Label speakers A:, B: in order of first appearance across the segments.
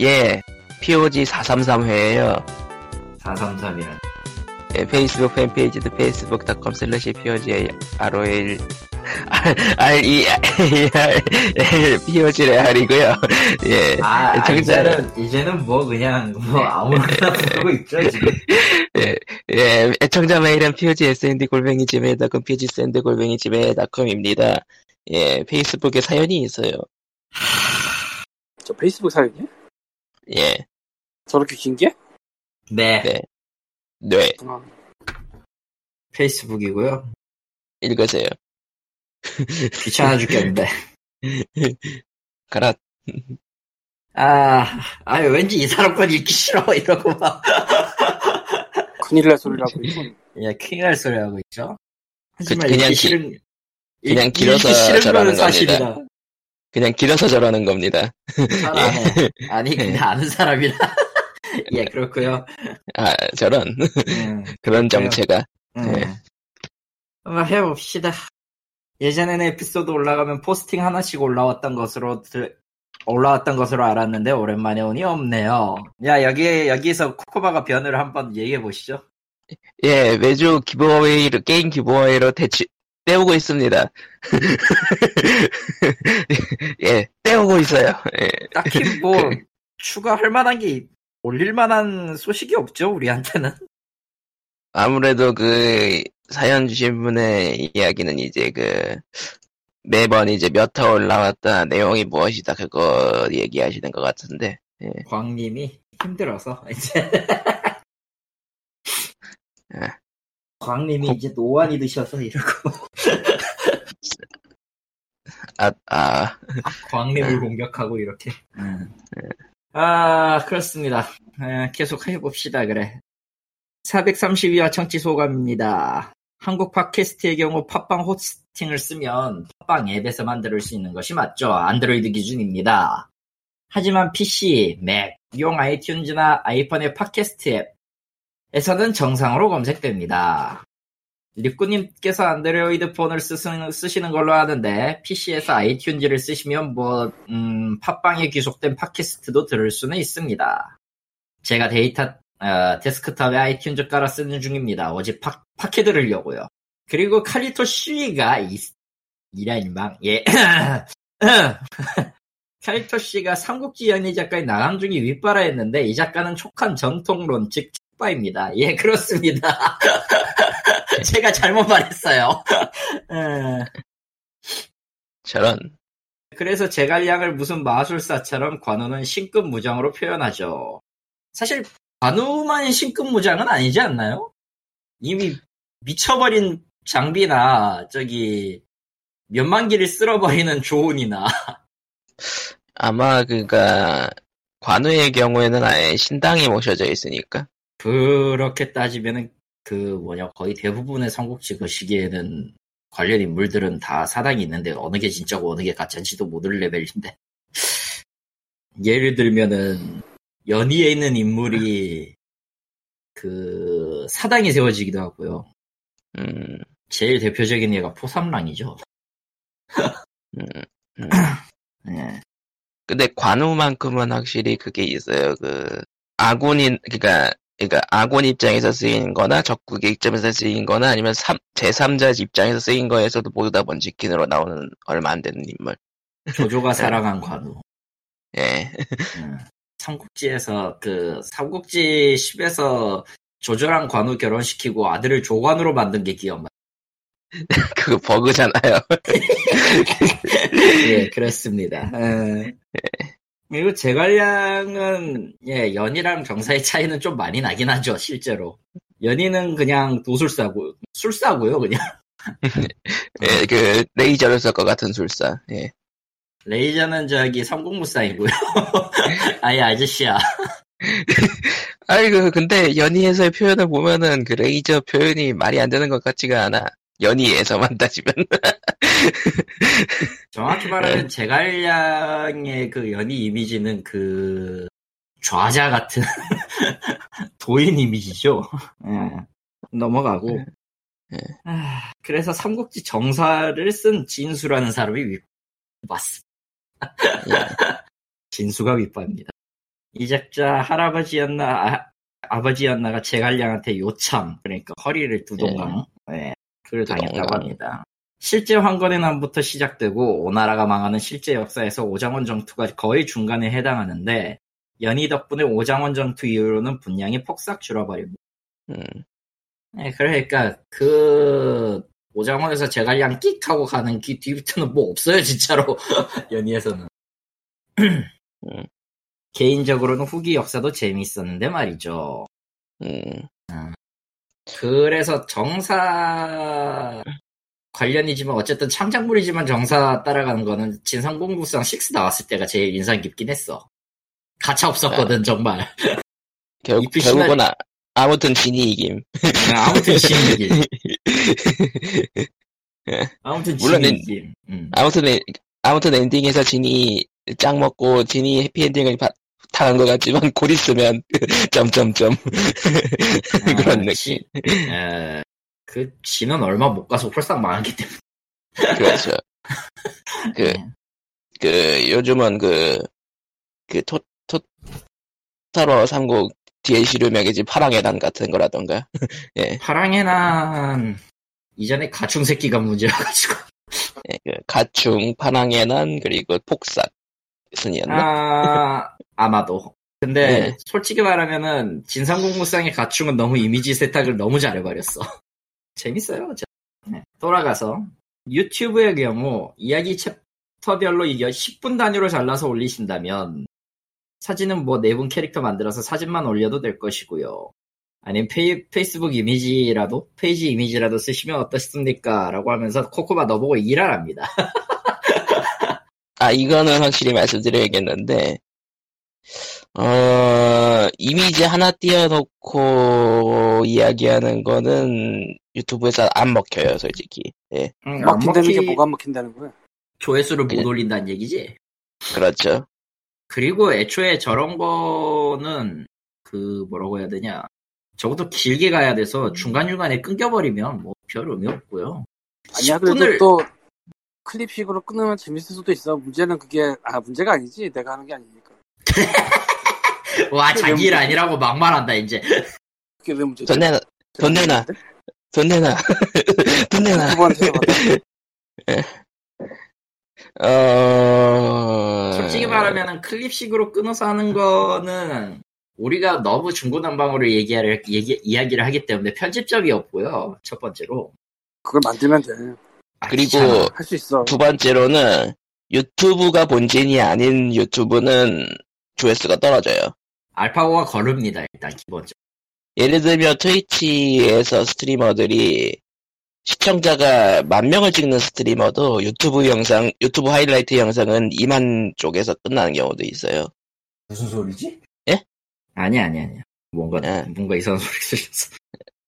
A: 예, POG 433회예요
B: 433이란
A: 예, 페이스북 팬페이지도 facebook.com slash POG ROL R E R POG 레알이고요 예,
B: 아
A: 정자를-
B: 이제는 이제는 뭐 그냥 뭐 아무거나 부르고 있죠 지금
A: 예, 예, 애청자 메일은 POG SND 골뱅이 지메일.com POG SND 골뱅이 지메일.com입니다 예, 페이스북에 사연이 있어요
C: 저 페이스북 사연이요?
A: 예,
C: 저렇게 긴 게?
B: 네,
A: 네. 네,
C: 아,
B: 페이스북이고요
A: 읽으세요
B: 귀찮아 죽겠는데
A: 가라
B: 아 아니 왠지 이 사람 건 읽기 싫어 이러고 막야
C: 큰일 날 소리라고 이건
B: 큰일 날 소리 하고 있죠 하지만
A: 그- 그냥
B: 읽기
A: 기-
B: 싫은 읽-
A: 그냥 길어서
B: 읽기 싫은
A: 저러는
B: 거는
A: 겁니다.
B: 사실이다
A: 그냥 길어서 저러는 겁니다
B: 잘 안해 아니 근데 아는 사람이라 예 그렇고요
A: 아, 저런
B: 음.
A: 그런 정체가 네.
B: 네. 한번 해봅시다. 예전에는 에피소드 올라가면 포스팅 하나씩 올라왔던 것으로 들- 올라왔던 것으로 알았는데 오랜만에 오니 없네요. 야 여기 여기서 코코바가 변을 한번 얘기해 보시죠.
A: 예, 매주 기부어웨이로, 게임 기부어웨이로 대치, 때우고 있습니다. 예, 때우고 있어요. 예,
B: 딱히 뭐 추가할 만한 게 있- 올릴 만한 소식이 없죠 우리한테는.
A: 아무래도 그, 사연 주신 분의 이야기는 이제 그, 매번 이제 몇 화 올라왔다, 내용이 무엇이다, 그거 얘기하시는 것 같은데.
B: 광님이 힘들어서 이제.
A: 예.
B: 광님이 이제 노안이 드셔서 이러고
A: 아, 아,
B: 광림을 공격하고 이렇게. 아 그렇습니다. 에, 계속 해봅시다 그래. 432화 청취 소감입니다. 한국 팟캐스트의 경우 팟빵 호스팅을 쓰면 팟빵 앱에서 만들 수 있는 것이 맞죠. 안드로이드 기준입니다. 하지만 PC, 맥, 용 아이튠즈나 아이폰의 팟캐스트 앱에서는 정상으로 검색됩니다. 리꾸님께서 안드로이드 폰을 쓰시는, 쓰시는 걸로 하는데 PC에서 아이튠즈를 쓰시면 뭐 음, 팟빵에 귀속된 팟캐스트도 들을 수는 있습니다. 제가 데이터 어, 데스크탑에 아이튠즈 깔아 쓰는 중입니다. 어제 팟, 팟캐 들으려고요. 그리고 칼리토 씨가 이, 이란 망 예. 칼리토 씨가 삼국지 연희 작가인 나남중이 윗바라 했는데 이 작가는 촉한 전통론 즉 촉바입니다. 예 그렇습니다. 제가 잘못 말했어요. 에,
A: 저런.
B: 그래서 제갈량을 무슨 마술사처럼 관우는 신급 무장으로 표현하죠. 사실 관우만 신급 무장은 아니지 않나요? 이미 미쳐버린 장비나 저기 면만기를 쓸어버리는 조언이나
A: 아마 그니까, 관우의 경우에는 아예 신당이 모셔져 있으니까.
B: 그렇게 따지면은 그 뭐냐 거의 대부분의 삼국지 그 시기에는 관련 인물들은 다 사당이 있는데 어느 게 진짜고 어느 게 가짜인지도 모를 레벨인데 예를 들면은 연희에 있는 인물이 그 사당이 세워지기도 하고요.
A: 음,
B: 제일 대표적인 예가 포삼랑이죠.
A: 음.
B: 예.
A: 근데 관우만큼은 확실히 그게 있어요. 그 아군인 그러니까 그러니까 아군 입장에서 쓰인 거나 적국의 입장에서 쓰인 거나 아니면 제3자 입장에서 쓰인 거에서도 모두 다 번지킨으로 나오는 얼마 안 되는 인물.
B: 조조가 사랑한 관우.
A: 예.
B: 음, 삼국지에서 그 삼국지 10에서 조조랑 관우 결혼시키고 아들을 조관으로 만든 게 기억나.
A: 그거 버그잖아요.
B: 예, 그렇습니다. 예. 그리고 제갈량은 예 연희랑 병사의 차이는 좀 많이 나긴 하죠 실제로. 연희는 그냥 도술사고 술사고요 그냥
A: 예, 그 레이저를 쓸 것 같은 술사. 예.
B: 레이저는 저기 삼국무사이고요. 아예 아저씨야.
A: 아이고 그, 근데 연희에서의 표현을 보면은 그 레이저 표현이 말이 안 되는 것 같지가 않아. 연희에서만 따지면.
B: 정확히 말하면 제갈량의 그 연희 이미지는 그 좌자 같은 도인 이미지죠. 예, 넘어가고.
A: 예.
B: 아, 그래서 삼국지 정사를 쓴 진수라는 사람이 윗, 맞습니다.
A: 예.
B: 진수가 윗바입니다. 이 작자 할아버지였나 아, 아버지였나가 제갈량한테 요참 그러니까 허리를 두동강 예, 그걸
A: 두동강.
B: 당했다고 합니다. 실제 황건의 난부터 시작되고 오나라가 망하는 실제 역사에서 오장원 정투가 거의 중간에 해당하는데 연희 덕분에 오장원 정투 이후로는 분량이 폭삭 줄어버리고
A: 음,
B: 예, 그러니까 그 오장원에서 제갈량 끽 하고 가는 기 뒤부터는 뭐 없어요 진짜로 연희에서는 개인적으로는 후기 역사도 재미있었는데 말이죠.
A: 음,
B: 그래서 정사 관련이지만 어쨌든 창작물이지만 정사 따라가는 거는 진상공부상 6 나왔을 때가 제일 인상 깊긴 했어. 가차
A: 아.
B: 없었거든 정말.
A: 결,
B: 이프
A: 결국은 아, 아무튼 진이 이김.
B: 아무튼 진이길. 아무튼
A: 물론
B: 진이길. 음.
A: 아무튼 엔- 아무튼 엔딩에서 진이 짱 먹고 진이 해피엔딩을 바, 당한 것 같지만 곧 있으면 점점점 그런
B: 아,
A: 느낌.
B: 지- 에, 그 진은 얼마 못 가서 홀싹 망하기 때문에.
A: 그렇죠. 그, 그, 요즘은 그, 그, 토, 토, 타로 삼국 DLC류 매거진 파랑의 단 같은 거라던가.
B: 파랑의 난 이전에 가충 새끼가 문제라가지고.
A: 예, 그 가충, 파랑의 난, 그리고 폭삭. 순이었나?
B: 아, 아마도. 근데
A: 네.
B: 솔직히 말하면은 진상공무상의 가축은 너무 이미지 세탁을 너무 잘해버렸어. 재밌어요. 자, 네. 돌아가서 유튜브의 경우 이야기 챕터별로 이게 10분 단위로 잘라서 올리신다면 사진은 뭐 네 분 캐릭터 만들어서 사진만 올려도 될 것이고요. 아니면 페이, 페이스북 이미지라도 페이지 이미지라도 쓰시면 어떻습니까? 라고 하면서 코코바 너보고 일하랍니다.
A: 아, 이거는 확실히 말씀드려야겠는데, 어, 이미지 하나 띄워놓고 이야기하는 거는 유튜브에서 안 먹혀요, 솔직히. 예,
B: 음, 안
C: 막힌다는 게
B: 먹히-
C: 뭐가 안 막힌다는 거야?
B: 조회수를 못
A: 예.
B: 올린다는 얘기지?
A: 그렇죠.
B: 그리고 애초에 저런 거는 그 뭐라고 해야 되냐 적어도 길게 가야 돼서 중간중간에 끊겨버리면 뭐 별 의미 없고요
C: 아니야 그래도
B: 10분을
C: 또 클립식으로 끊으면 재밌을 수도 있어. 문제는 그게 아 문제가 아니지 내가 하는 게 아니니까.
B: 와
C: 그
B: 자기 일 아니라고 막말한다 이제
A: 네.
C: 그게 왜 문제지?
A: 돈 내놔, 돈 내놔, 돈 내놔, 돈 내놔.
C: 유튜브한테
A: 어,
B: 솔직히 말하면 클립식으로 끊어서 하는 거는 우리가 너무 중구난방으로 얘기를 얘기, 이야기를 하기 때문에 편집적이 없고요 첫 번째로
C: 그걸 만들면 돼.
B: 아,
A: 그리고
B: 귀찮아.
C: 할 수 있어.
A: 두 번째로는 유튜브가 본진이 아닌 유튜브는 조회수가 떨어져요.
B: 알파고가 거릅니다 일단 기본적으로
A: 예를 들면 트위치에서 스트리머들이 시청자가 만 명을 찍는 스트리머도 유튜브 영상, 유튜브 하이라이트 영상은 2만 쪽에서 끝나는 경우도 있어요.
B: 무슨 소리지?
A: 예?
B: 아니 아니 아니 뭔가
A: 예.
B: 뭔가 이상한 소리 들렸어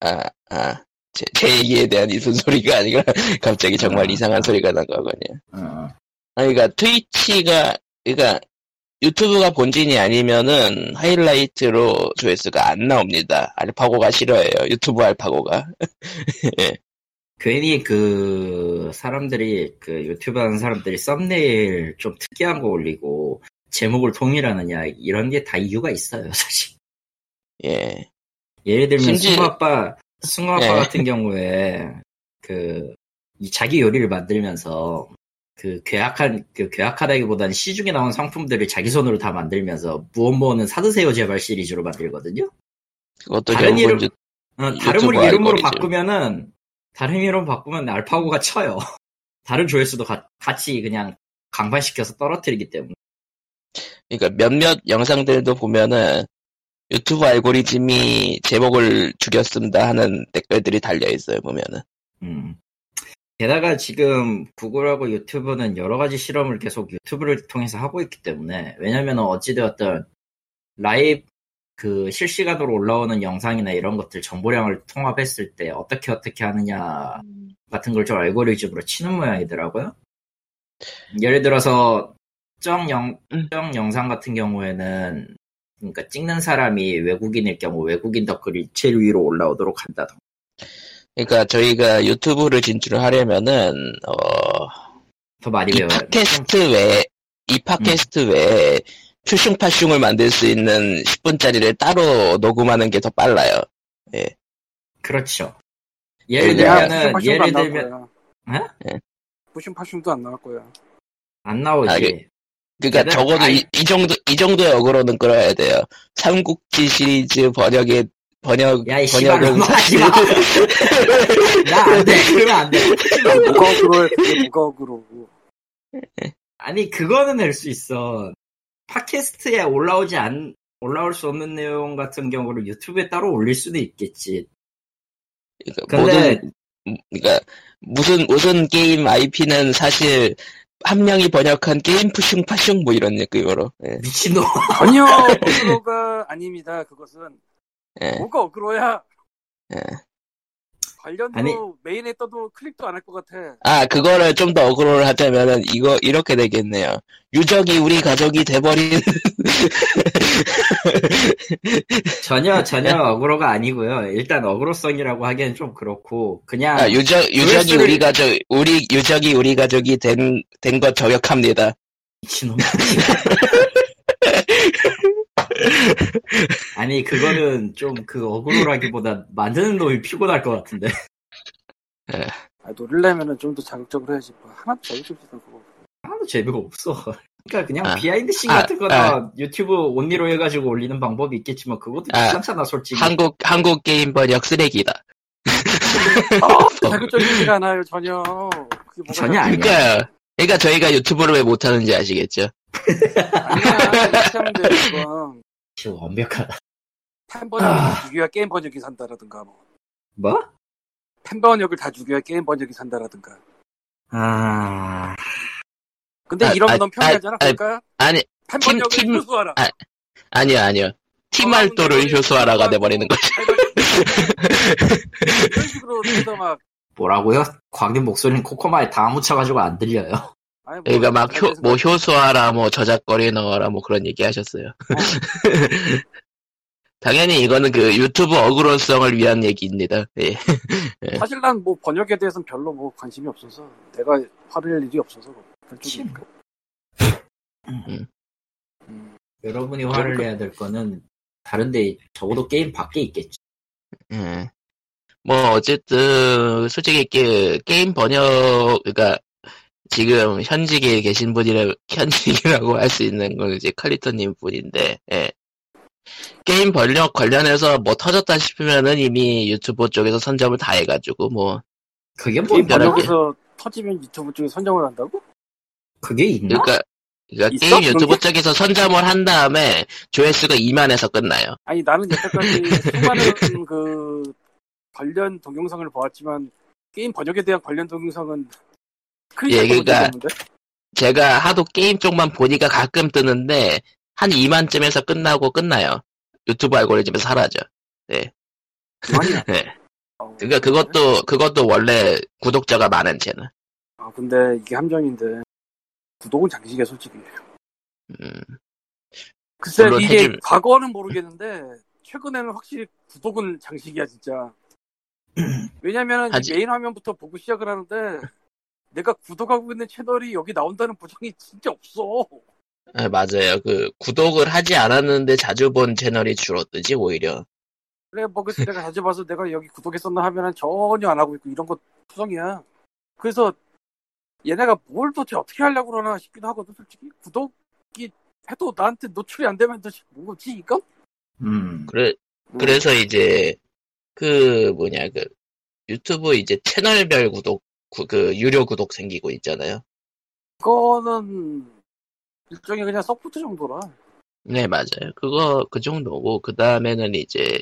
A: 아, 아. 제, 제 얘기에 대한 이순 소리가 아니라 갑자기 정말
B: 아.
A: 이상한 소리가 난 거거든요.
B: 어.
A: 아, 그러니까 트위치가, 그러니까 유튜브가 본진이 아니면은 하이라이트로 조회수가 안 나옵니다. 알파고가 싫어해요. 유튜브 알파고가.
B: 괜히 그 사람들이 그 유튜브 하는 사람들이 썸네일 좀 특이한 거 올리고 제목을 통일하느냐 이런 게 다 이유가 있어요 사실
A: 예.
B: 예를 들면
A: 심지어-
B: 승우 아빠 승우 아빠
A: 네.
B: 같은 경우에 그이 자기 요리를 만들면서 그 괴악한 그 괴악하다기보다는 시중에 나온 상품들을 자기 손으로 다 만들면서 무언 무언은 사드세요 제발 시리즈로 만들거든요
A: 그것도
B: 다른
A: 결국은
B: 이름-
A: 유-
B: 어, 다른
A: 유튜브
B: 물 이름으로
A: 알고리즘.
B: 바꾸면은 다른 이름 바꾸면 알파고가 쳐요. 다른 조회수도 가- 같이 그냥 강반시켜서 떨어뜨리기 때문에
A: 그러니까 몇몇 영상들도 보면은 유튜브 알고리즘이 제목을 죽였습니다 하는 댓글들이 달려 있어요 보면은
B: 음. 게다가 지금 구글하고 유튜브는 여러 가지 실험을 계속 유튜브를 통해서 하고 있기 때문에 왜냐면 어찌되었든 라이브 그 실시간으로 올라오는 영상이나 이런 것들 정보량을 통합했을 때 어떻게 어떻게 하느냐 같은 걸 좀 알고리즘으로 치는 모양이더라고요. 예를 들어서 특정 영, 특정 영상 같은 경우에는 그러니까 찍는 사람이 외국인일 경우 외국인 댓글이 제일 위로 올라오도록 한다.
A: 그러니까 저희가 유튜브를 진출을 하려면은 어,
B: 더 많이
A: 이
B: 배워야 돼. 음.
A: 팟캐스트 외에 이 팟캐스트 외에 큐슝파슝을 만들 수 있는 10분짜리를 따로 녹음하는 게 더 빨라요.
B: 그렇죠.
A: 예,
B: 예를 들면은 예를 들면
C: 거야.
A: 예?
C: 부심 파심도 안 나올 거야.
B: 안 나오지.
A: 아, 이게- 그러니까
B: 근데
A: 적어도
B: 아이-
A: 이, 이 정도 이 정도의 어그로는 끌어야 돼요. 삼국지 시리즈 번역에 번역
B: 야이 씨발
A: 번역은
B: 하지 마. 나안돼 그러면 안 돼.
A: 뭐-
C: 무거워로 해. 무거워로.
B: 아니 그거는 낼 수 있어. 팟캐스트에 올라오지 안 올라올 수 없는 내용 같은 경우를 유튜브에 따로 올릴 수도 있겠지.
A: 그러니까
B: 근데
A: 모든 그러니까 무슨 무슨 게임 IP는 사실 한 명이 번역한 게임 푸슝 파슝 뭐 이런 느낌으로 예.
B: 미친놈.
C: 전혀 어그로가 아닙니다. 그것은
A: 예.
C: 뭐가 어그로야?
A: 예.
C: 관련도
B: 아니.
C: 메인에 떠도 클릭도 안 할 것 같아.
A: 아 그거를 좀 더 어그로를 하자면은 이거 이렇게 되겠네요. 유적이 우리 가족이 돼버린
B: 전혀 전혀 어그로가 아니고요. 일단 어그로성이라고 하기엔 좀 그렇고 그냥
A: 아, 유적 유적이
B: 조회수를-
A: 우리 가족 우리 유적이 우리 가족이 된 된 것 저격합니다.
B: 미친놈. 아니 그거는 좀 그 어그로라기보다 만드는 놈이 피곤할 것 같은데.
C: 아, 노리려면은 좀 더 자극적으로 해야지. 뭐, 하나도 자극적이지 않고.
B: 하나도 재미가 없어. 그러니까 그냥
A: 아,
B: 비하인드 씬
A: 아,
B: 같은 거나 유튜브 온리로 해가지고 올리는 방법이 있겠지만 그것도
A: 아,
B: 귀찮잖아 솔직히.
A: 한국 한국 게임 번역 쓰레기다.
C: 아, 자극적이지가 않아요 전혀. 그게 뭐가
B: 전혀 아니야.
A: 그러니까요. 그러니까 저희가 유튜브를 왜 못하는지 아시겠죠?
C: 아니야. 이렇게 하면 돼 지금.
B: 지금 완벽하다.
C: 팬 번역을 죽여야 게임 번역이 산다라든가 뭐.
B: 뭐?
C: 팬 번역을 다 죽여야 게임 번역이 산다라든가.
B: 아
C: 근데
A: 아,
C: 이런
A: 아,
C: 건 너무 편리하잖아.
A: 아,
C: 그러니까
A: 아니,
C: 팬
A: 팀-
C: 번역을
A: 팀-
C: 효수하라.
A: 아, 아니요, 아니요. 티말도를 효소하라가 돼버리는 거죠.
C: 뭐 이런 식으로 해서 막
B: 뭐라고요? 광님 목소리는 코코마에 다 묻혀가지고 안 들려요.
C: 아니, 뭐,
A: 그러니까 막 효, 뭐 효소하라, 뭐 저작거리 넣어라, 뭐 그런 얘기 하셨어요. 당연히 이거는 그 유튜브 어그로성을 위한 얘기입니다. 예.
C: 사실 난 뭐 번역에 대해서는 별로 뭐 관심이 없어서 내가 화를 낼 일이 없어서 그럴 정도니까.
A: 음.
C: 음.
B: 여러분이 화를 내야 될 거는 다른데 적어도 게임 밖에 있겠지.
A: 예. 뭐 어쨌든 솔직히 게, 게임 번역 그러니까 지금 현직에 계신 분이라 현직이라고 할 수 있는 건 이제 칼리터님 분인데 예. 게임 번역 관련해서 뭐 터졌다 싶으면은 이미 유튜브 쪽에서 선점을 다 해가지고 뭐
B: 그게 뭐
C: 게임
A: 특별하게-
B: 있나?
C: 번역에서 터지면 유튜브 쪽에 선정을 한다고?
B: 그게 있나?
A: 그러니까 그러니까
C: 있어?
A: 게임 유튜브
C: 그런 게?
A: 쪽에서 선점을 한 다음에 조회수가 2만에서 끝나요.
C: 아니 나는 여태까지 수많은 그 관련 동영상을 보았지만 게임 번역에 대한 관련 동영상은
A: 예,
C: 클릭해본 적이
A: 그러니까
C: 없는데
A: 제가 하도 게임 쪽만 보니까 가끔 뜨는데 한 2만쯤에서 끝나고 끝나요. 유튜브 알고리즘에서 사라져.
C: 그만이야.
A: 네.
C: 어,
A: 그러니까 그것도 그것도 원래 구독자가 많은 채널.
C: 아 근데 이게 함정인데 구독은 장식이야 솔직히.
A: 음,
C: 글쎄
A: 물론
C: 이게
A: 해줄-
C: 과거는 모르겠는데 최근에는 확실히 구독은 장식이야 진짜. 왜냐면 하
A: 하지.
C: 메인 화면부터 보고 시작을 하는데 내가 구독하고 있는 채널이 여기 나온다는 보장이 진짜 없어.
A: 네, 맞아요. 그 구독을 하지 않았는데 자주 본 채널이 주로 뜨지 오히려.
C: 그래 뭐 그래서 내가 자주 봐서 내가 여기 구독했었나 하면은 전혀 안 하고 있고 이런 거 투성이야. 그래서 얘네가 뭘 도대체 어떻게 하려고 그러나 싶기도 하거든 솔직히 구독이 해도 나한테 노출이 안 되면 도대체 뭐지 이건?
B: 음.
A: 그래 그래서 이제 그 뭐냐 그 유튜브 이제 채널별 구독 구- 그 유료 구독 생기고 있잖아요.
C: 그거는 일종의 그냥 서포트 정도라.
A: 네 맞아요. 그거 그 정도고 그 다음에는 이제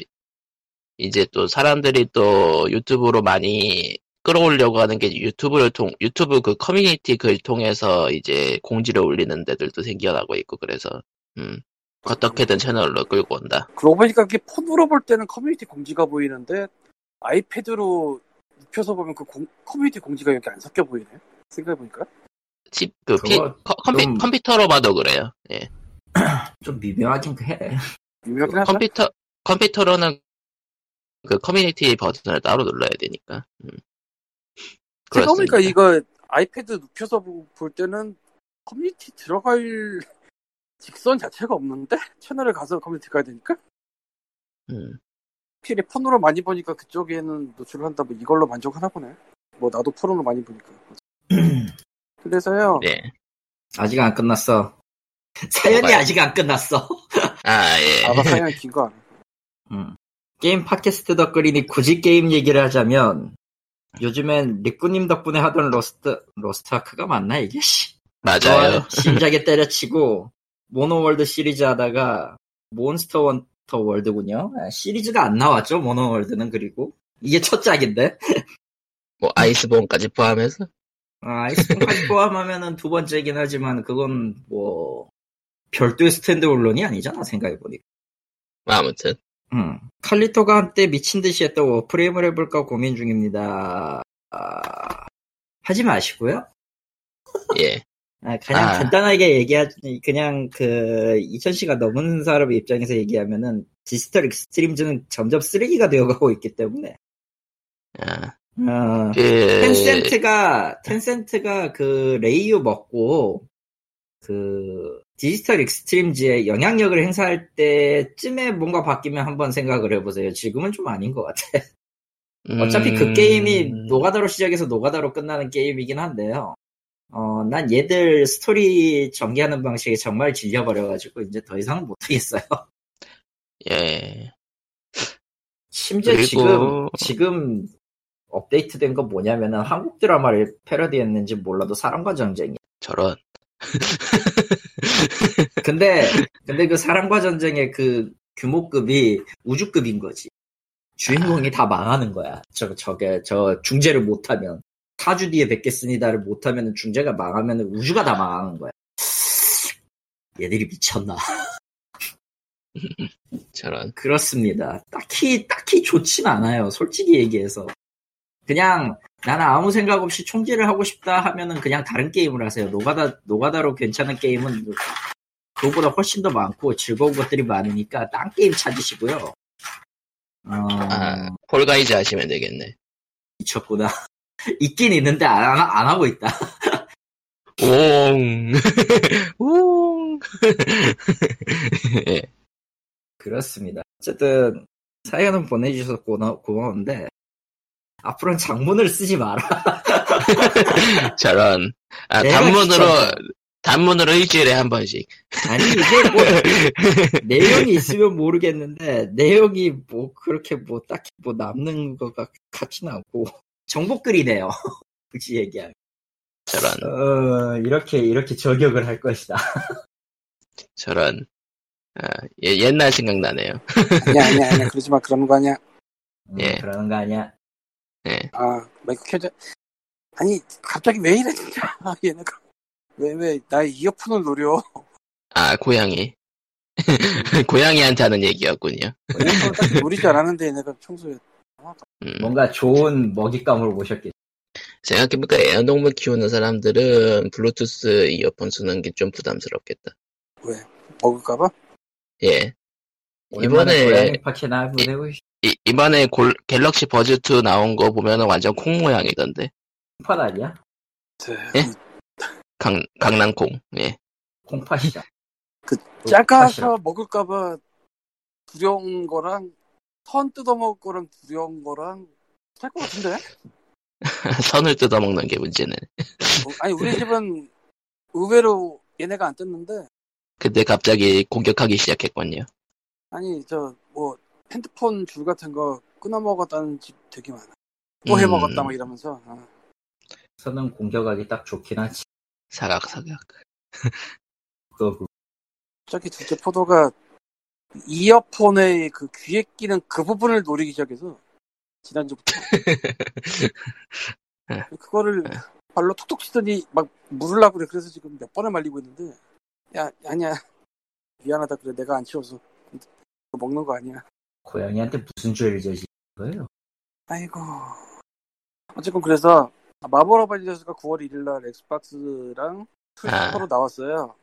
A: 이제 또 사람들이 또 유튜브로 많이 끌어오려고 하는 게 유튜브를 통 유튜브 그 커뮤니티 글 통해서 이제 공지를 올리는 데들도 생겨나고 있고 그래서 음 어떻게든 채널로 끌고 온다.
C: 그러고 보니까 이게 폰으로 볼 때는 커뮤니티 공지가 보이는데 아이패드로 눕혀서 보면 그 공- 커뮤니티 공지가 여기 안 섞여 보이네. 생각해보니까.
A: 집그
B: 그거
A: 컴퓨,
B: 좀-
A: 컴퓨터로 봐도 그래요. 예
B: 좀 미묘하긴 해.
C: 유명하긴 하다.
A: 컴퓨터 컴퓨터로는 그 커뮤니티 버튼을 따로 눌러야 되니까. 음. 그렇습니다.
C: 생각해보니까 이거 아이패드 눕혀서 보- 볼 때는 커뮤니티 들어갈 직선 자체가 없는데 채널에 가서 커뮤니티 가야 되니까
A: 음.
C: 확실히 폰으로 많이 보니까 그쪽에는 노출을 한다 뭐 이걸로 만족하나 보네 뭐 나도 폰으로 많이 보니까 그래서요
A: 예.
B: 아직 안 끝났어. 사연이
A: 뭐가요?
B: 아직 안 끝났어.
A: 아, 예.
C: 아바카냥 긴거 아니야
B: 음. 게임 팟캐스트 덕글이니 굳이 게임 얘기를 하자면 요즘엔 리꾸님 덕분에 하던 로스트 로스트아크가 맞나 이게? 씨.
A: 맞아요.
B: 그거 신작에 때려치고 모노월드 시리즈 하다가 몬스터 원터 월드군요. 아, 시리즈가 안 나왔죠 모노월드는 그리고 이게 첫 작인데
A: 뭐, 아이스본까지 포함해서?
B: 아, 익스폰까지 포함하면은 두 번째긴 하지만 그건 뭐 별도의 스탠드얼론이 아니잖아 생각해보니까.
A: 뭐 아무튼.
B: 음. 칼리토가 한때 미친 듯이 했던 워프레임을 해볼까 고민 중입니다. 아, 하지 마시고요.
A: 예.
B: 아, 그냥
A: 아.
B: 간단하게 얘기하지 그냥 그 2000시가 넘은 사람 입장에서 얘기하면은 디지털 익스트림즈는 점점 쓰레기가 되어가고 있기 때문에
A: 아,
B: 어,
A: 그,
B: 텐센트가 텐센트가 그 레이유 먹고 그 디지털 익스트림즈에 영향력을 행사할 때쯤에 뭔가 바뀌면 한번 생각을 해보세요. 지금은 좀 아닌 것 같아.
A: 음,
B: 어차피 그 게임이 노가다로 시작해서 노가다로 끝나는 게임이긴 한데요. 어, 난 얘들 스토리 전개하는 방식에 정말 질려버려가지고 이제 더 이상은 못하겠어요.
A: 예.
B: 심지어
A: 그리고-
B: 지금, 지금 업데이트된 건 뭐냐면은 한국 드라마를 패러디했는지 몰라도 사람과 전쟁이.
A: 저런.
B: 근데, 근데 그 사람과 전쟁의 그 규모급이 우주급인 거지. 주인공이 다 망하는 거야. 저, 저게, 저 중재를 못하면. 4주 뒤에 뵙겠습니다를 못하면 중재가 망하면 우주가 다 망하는 거야. 얘들이 미쳤나.
A: 저런.
B: 그렇습니다. 딱히, 딱히 좋진 않아요. 솔직히 얘기해서. 그냥, 나는 아무 생각 없이 총질을 하고 싶다 하면은 그냥 다른 게임을 하세요. 노가다, 노가다로 괜찮은 게임은 그거보다 훨씬 더 많고 즐거운 것들이 많으니까 딴 게임 찾으시고요. 어,
A: 아, 폴가이즈 하시면 되겠네.
B: 미쳤구나. 있긴 있는데 안, 안 하고 있다.
A: 옹. 옹. 예.
B: 그렇습니다. 어쨌든, 사연은 보내주셔서 고마, 고마운데, 앞으로는 장문을 쓰지 마라.
A: 저런. 아,
B: 내가
A: 단문으로,
B: 진짜-
A: 단문으로 일주일에 한 번씩.
B: 아니, 이게 뭐, 내용이 있으면 모르겠는데 내용이 뭐 그렇게 뭐 딱히 뭐 남는 것 같, 같진 않고 정보글이네요 굳이 얘기하면
A: 저런.
B: 어, 이렇게 이렇게 저격을 할 것이다
A: 저런. 아, 예, 옛날 생각나네요.
C: 아니야 아니야 그러지 마 그런 거 아니야
B: 음,
A: 예.
B: 그러는 거 아니야
C: 아 마이크 켜져 아니 갑자기 왜 이래 진짜 아, 얘네가 왜 왜 나의 이어폰을 노려 뭐
A: 아, 고양이. 고양이한테 하는 얘기였군요.
C: 왜냐면 딱히 노리지 않았는데 얘네가 평소에
A: 음.
B: 뭔가 좋은 먹잇감으로 보셨겠죠
A: 생각해보니까 애완동물 키우는 사람들은 블루투스 이어폰 쓰는 게 좀 부담스럽겠다.
C: 먹을까봐
A: 예.
B: 오랜만에
A: 이번에,
B: 고양이 파티나 보내고 싶은
A: 이, 이번에 골- 갤럭시 버즈2 나온 거 보면 완전 콩 모양이던데.
B: 판 아니야?
C: 네.
A: 강, 강낭콩. 예.
B: 콩팥이다
C: 그
B: 팥이라.
C: 작아서 먹을까봐 두려운 거랑 선 뜯어먹을 거랑 두려운 거랑 살 것 같은데?
A: 선을 뜯어먹는 게 문제네.
C: 어, 아니 우리 집은 의외로 얘네가 안 뜯는데
A: 근데 갑자기 공격하기 시작했군요.
C: 아니 저 뭐 핸드폰 줄 같은 거 끊어 먹었다는 집 되게 많아 또 해
A: 음.
C: 먹었다 막 이러면서 아,
B: 저는 공격하기 딱 좋긴 하지
A: 사각사각.
B: 그거
C: 갑자기 둘째 포도가 이어폰의 그 귀에 끼는 그 부분을 노리기 시작해서 지난주부터 그거를 발로 톡톡 치더니 막 물으려고 그래 그래서 지금 몇 번을 말리고 있는데 야 아니야 미안하다 그래 내가 안 치워서 그거 먹는 거 아니야
B: 고양이한테 무슨 죄를 저지른 거예요?
C: 아이고 어쨌건 그래서 아, 마법로 발리저스가 9월 1일 날 엑스박스랑
A: 아.
C: 스위치로 나왔어요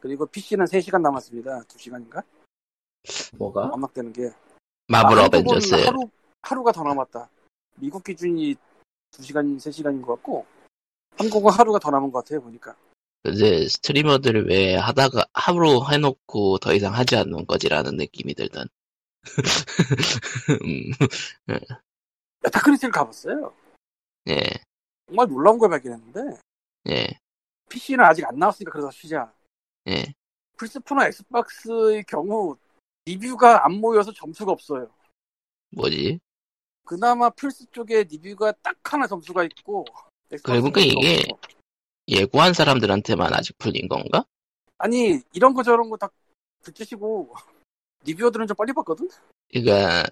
C: 그리고 PC는 3시간 남았습니다 2시간인가?
B: 뭐가?
C: 암막되는 게
A: 마블
C: 아, 한국은
A: 어벤져스.
C: 하루, 하루가 더 남았다. 미국 기준이 2시간, 3시간인 것 같고, 한국은 하루가 더 남은 것 같아요, 보니까.
A: 이제 스트리머들을 왜 하다가 하루 해놓고 더 이상 하지 않는 거지라는 느낌이 들던. 음,
C: 메타크리틱을 가봤어요.
A: 예,
C: 정말 놀라운 걸 발견했는데
A: 예,
C: PC는 아직 안 나왔으니까 그래서 쉬자.
A: 예.
C: 플스프나 엑스박스의 경우 리뷰가 안 모여서 점수가 없어요.
A: 뭐지?
C: 그나마 플스 쪽에 리뷰가 딱 하나 점수가 있고 엑스박스는
A: 그러니까 이게
C: 없어.
A: 예고한 사람들한테만 아직 풀린 건가?
C: 아니 이런 거 저런 거 다 붙이시고 리뷰어들은 좀 빨리 봤거든.
A: 그러니까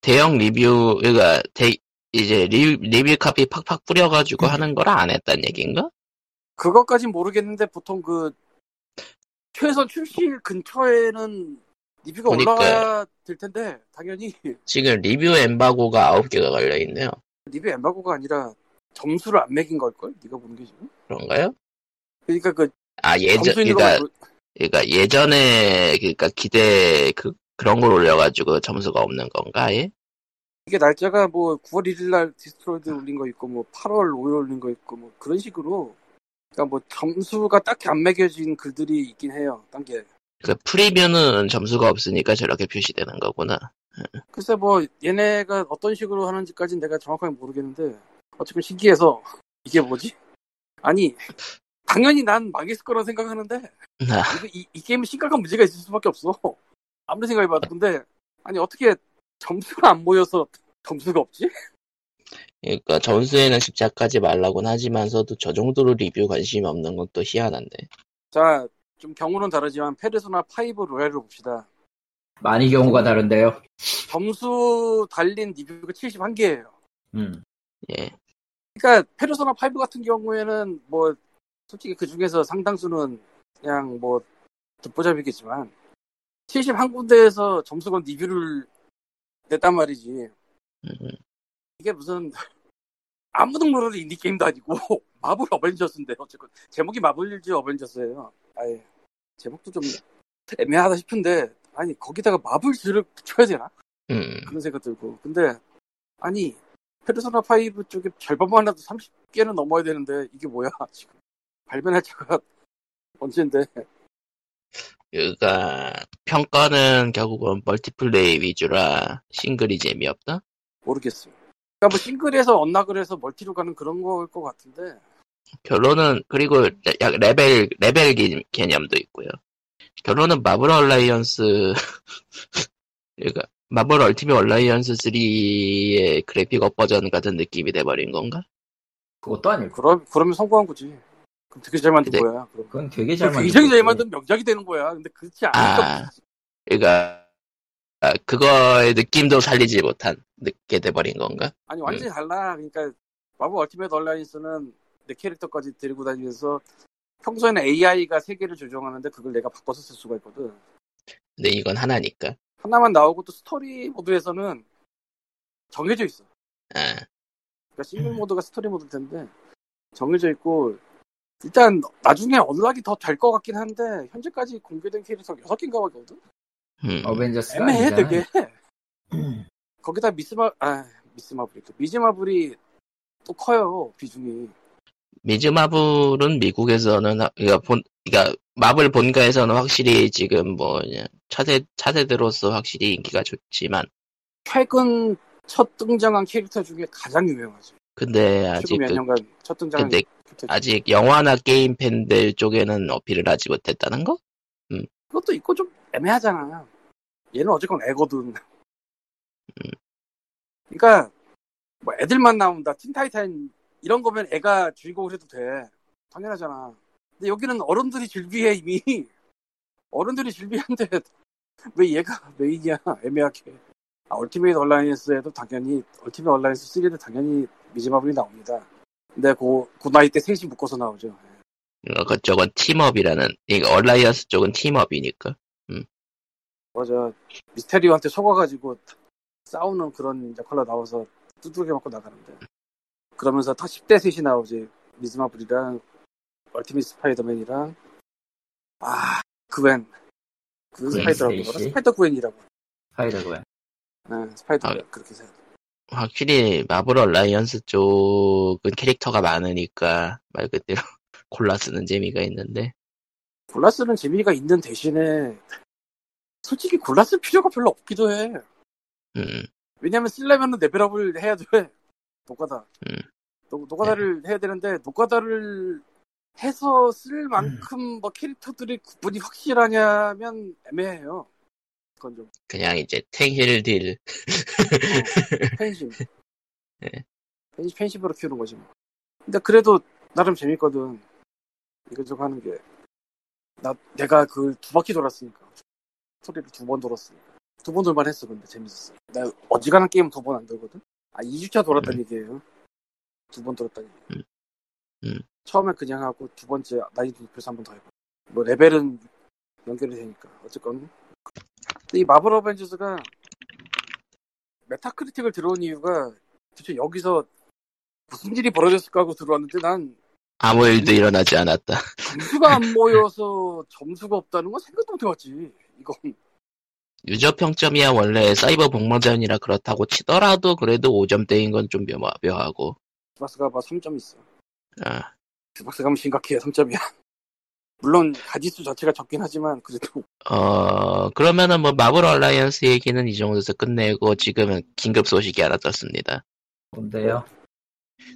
A: 대형 리뷰, 그러니까 대- 이제 리, 리뷰 카피 팍팍
C: 음.
A: 뿌려가지고 하는 걸 안 했단 얘기인가?
C: 그것까진 모르겠는데 보통 그 최소 출시일 근처에는 리뷰가
A: 그러니까요.
C: 올라가야 될 텐데 당연히
A: 지금 리뷰 엠바고가 9개가 걸려있네요.
C: 리뷰 엠바고가 아니라 점수를 안 매긴 걸걸? 네가 보는 게 지금? 그런가요? 그러니까 그
A: 아, 예전,
C: 점수 있는
A: 그러니까,
C: 거뭐
A: 그러니까 예전에, 그러니까 기대, 그, 그런 걸 올려가지고 점수가 없는 건가, 예?
C: 이게 날짜가 뭐 9월 1일 날 디스트로이드 올린 거 있고 뭐 8월 5일 올린 거 있고 뭐 그런 식으로 그러니까 뭐 점수가 딱히 안 매겨진 글들이 있긴 해요. 단계.
A: 그러니까 프리뷰는 점수가 없으니까 저렇게 표시되는 거구나.
C: 글쎄 뭐 얘네가 어떤 식으로 하는지까지는 내가 정확하게 모르겠는데 어쨌든 신기해서 이게 뭐지? 아니 당연히 난 망했을 거라 생각하는데
A: 나,
C: 이거- 이, 이 게임에 심각한 문제가 있을 수밖에 없어. 아무리 생각해봐도 근데 아니 어떻게 점수가 안 모여서 점수가 없지?
A: 그러니까 점수에는 집착하지 말라고는 하지만서도 저 정도로 리뷰 관심 없는 건 또 희한한데.
C: 자 좀 경우는 다르지만 페르소나 5 로얄을 봅시다.
B: 많이 경우가 다른데요.
C: 점수 달린 리뷰가 71개예요.
B: 음.
A: 예,
C: 그러니까 페르소나 5 같은 경우에는 뭐 솔직히 그 중에서 상당수는 그냥 뭐 듣보잡이겠지만 71군데에서 점수건 리뷰를 냈단 말이지.
A: 음,
C: 이게 무슨 아무도 모르는 인디 게임도 아니고 마블 어벤져스인데 어쨌건 제목이 마블일지 어벤져스예요. 아예 제목도 좀 애매하다 싶은데 아니 거기다가 마블즈를 쳐야 되나?
A: 음.
C: 그런 생각 들고. 근데, 아니, 페르소나 5 쪽에 절반만 해도 30개는 넘어야 되는데, 이게 뭐야, 지금. 발매 날짜가 언젠데.
A: 그러니까 평가는 결국은 멀티플레이 위주라 싱글이 재미없다?
C: 모르겠어요. 그러니까 뭐 싱글에서 언락을 해서 멀티로 가는 그런 거일 것 같은데,
A: 결론은 그리고 레- 약 레벨 레벨 개- 개념도 있고요. 결론은 마블 얼라이언스 그러니까 마블 얼티밋 얼라이언스 3의 그래픽업 버전 같은 느낌이 돼버린 건가?
B: 그것도 아니고.
C: 그러, 그러면 성공한 거지. 그럼 되게 잘 만든
A: 네.
C: 거야. 그럼.
B: 그건 되게 잘 만든.
C: 굉장히 잘
B: 거지.
C: 만든 명작이 되는 거야. 근데 그렇지 않으니까.
A: 아. 그러니까 아, 그거의 느낌도 살리지 못한 늦게 돼버린 건가?
C: 아니
B: 네.
C: 완전히 달라. 그러니까 마블 얼티밋 얼라이언스는 내 캐릭터까지 데리고 다니면서 평소에는 AI가 세계를 조정하는데 그걸 내가 바꿔서 쓸 수가 있거든.
A: 근데 이건 하나니까.
C: 하나만 나오고 또 스토리 모드에서는 정해져 있어.
A: 아,
C: 그러니까 싱글 모드가 스토리 모드일 텐데 정해져 있고 일단 나중에 언락이 더 될 것 같긴 한데 현재까지 공개된 캐릭터 6개인가밖에 없거든.
A: 음.
B: 어벤져스가
C: 애매해
B: 아니잖아.
C: 되게. 거기다 미스마 아 미스마블이 미즈마블이 또 커요 비중이.
A: 미즈마블은 미국에서는 하- 그러니까 본 그러니까 마블 본가에서는 확실히 지금 뭐 그냥 차세 차세대로서 확실히 인기가 좋지만
C: 최근 첫 등장한 캐릭터 중에 가장 유명하죠.
A: 근데 아직
C: 최근 몇
A: 그,
C: 년간 첫 등장한
A: 근데
C: 캐릭터. 중
A: 아직 영화나 게임 팬들 쪽에는 어필을 하지 못했다는 거?
C: 그것도 있고 좀 애매하잖아. 얘는 어쨌건 애거든. 그러니까 뭐 애들만 나온다, 틴타이탄 이런 거면 애가 주인공을 해도 돼. 당연하잖아. 근데 여기는 어른들이 즐비해 이미. 어른들이 즐비한데 왜 얘가 메인이야? 애매하게. 아, 얼티메이트 얼라이언스에도 당연히 얼티메이트 얼라이언스 3도 당연히 미즈마블이 나옵니다. 근데 그, 그 나이 때 셋이 묶어서 나오죠.
A: 그러니까 그쪽은 팀업이라는 그러니까 얼라이언스 쪽은 팀업이니까.
C: 맞아 미스테리오한테 속아가지고 싸우는 그런 역할로 나와서 두들겨 맞고 나가는데 그러면서 다 10대 셋이 나오지 미즈마블이랑 얼티밋 스파이더맨이랑 아 그웬 그
B: 그웬
C: 스파이더라고
B: 스테이시?
C: 그러나? 스파이더 구웬이라고
B: 파이더맨.
C: 네, 스파이더
A: 아.
C: 구웬 그렇게 생각
A: 확실히 마블 얼라이언스 쪽은 캐릭터가 많으니까 말 그대로 골라 쓰는 재미가 있는데
C: 골라쓰는 재미가 있는 대신에 솔직히 골라쓸 필요가 별로 없기도 해.
A: 음,
C: 왜냐면 쓰려면은 레벨업을 해야 돼. 노가다.
A: 음.
C: 노, 노가다를 해야 되는데 노가다를 해서 쓸 만큼 뭐 캐릭터들이 구분이 확실하냐면 애매해요. 그건 좀
A: 그냥 이제 탱힐 딜
C: 팬심.
A: 네.
C: 팬심 팬심으로 키우는 거지 뭐. 근데 그래도 나름 재밌거든. 이것저것 하는 게. 나 내가 그 두 바퀴 돌았으니까. 소리를 두 번 돌았으니까. 두 번 돌만 했어 근데 재밌었어. 나 어지간한 게임 두 번 안 돌거든. 아 2주차 돌았다는 얘기예요. 두 번 돌았다는 얘기.
A: 음. 음.
C: 처음에 그냥 하고 두 번째 나이 높여서 한 번 더 해봐. 뭐 레벨은 연결이 되니까 어쨌건. 근데 이 마블 어벤져스가 메타크리틱을 들어온 이유가 도대체 여기서 무슨 일이 벌어졌을까 하고 들어왔는데 난
A: 아무 일도 일어나지 않았다.
C: 점수가 안 모여서 점수가 없다는 건 생각도 못 해봤지. 이건
A: 유저 평점이야 원래 사이버 복마전이라 그렇다고 치더라도 그래도 5점대인 건 좀 묘하고
C: 주박스가 봐 3점 있어.
A: 아,
C: 주박스 가면 심각해 3점이야. 물론 가지수 자체가 적긴 하지만 그래도
A: 어 그러면은 뭐 마블 얼라이언스 얘기는 이 정도에서 끝내고 지금은 긴급 소식이 하나 떴습니다.
B: 뭔데요?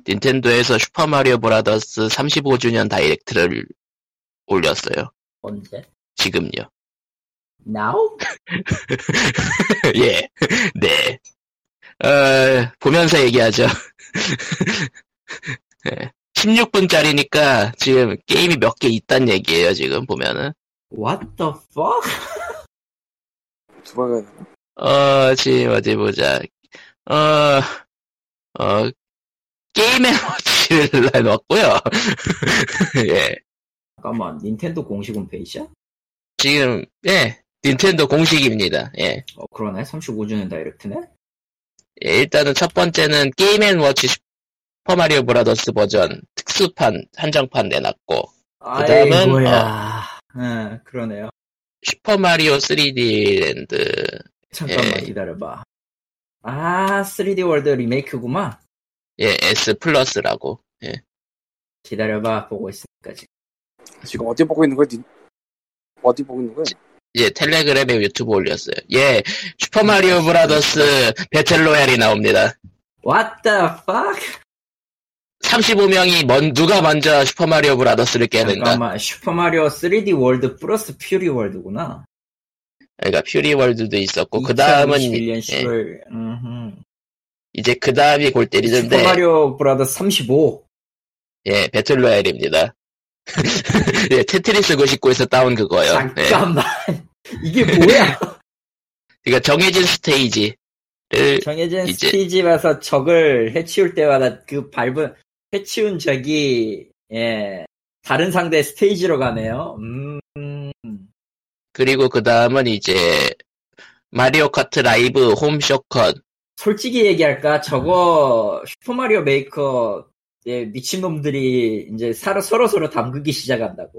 A: 닌텐도에서 슈퍼마리오 브라더스 35주년 다이렉트를 올렸어요.
B: 언제?
A: 지금요.
B: Now?
A: 예. 네. 어, 보면서 얘기하죠. 예. 16분짜리니까 지금 게임이 몇 개 있단 얘기예요, 지금 보면은.
B: What the fuck?
C: 두바가
A: 어, 지금 어디 보자. 어, 어, 게임의 워치를 넣었고요. 예.
B: 잠깐만 닌텐도 공식 홈페이지야?
A: 지금, 예. 닌텐도 공식입니다. 예.
B: 어 그러네 35주년 다이렉트네?
A: 예, 일단은 첫 번째는 게임 앤 워치 슈퍼마리오 브라더스 버전 특수판 한정판 내놨고 그다음은, 어.
B: 아이고야 예 그러네요
A: 슈퍼마리오 3D 랜드
B: 잠깐만
A: 예.
B: 기다려봐 아 3D 월드 리메이크구만
A: 예 S 플러스라고 예.
B: 기다려봐 보고 있으니까 지금
C: 지금 어디 보고 있는 거야? 닌- 어디 보고 있는 거야?
A: 예, 텔레그램에 유튜브 올렸어요 예 슈퍼마리오 브라더스 배틀로얄이 나옵니다
B: What the fuck?
A: 35명이 먼, 누가 먼저 슈퍼마리오 브라더스를 깨는가
B: 잠깐만 슈퍼마리오 3D 월드 플러스 퓨리 월드구나
A: 그러니까 퓨리 월드도 있었고 그 다음은
B: 2021년 10월 음흠.
A: 이제 그 다음이 골 때리는데
B: 슈퍼마리오 브라더스 35
A: 예 배틀로얄입니다 예 테트리스 99에서 따온 그거요 예.
B: 잠깐만 이게 뭐야
A: 그러니까 정해진 스테이지를
B: 정해진
A: 이제-
B: 스테이지 와서 적을 해치울 때마다 그 밟은 해치운 적이 예 다른 상대 스테이지로 가네요. 음,
A: 그리고 그 다음은 이제 마리오 카트 라이브 홈 쇼컷
B: 솔직히 얘기할까 저거 슈퍼 마리오 메이커 예 미친 놈들이 이제 서로 서로 서로 담그기 시작한다고.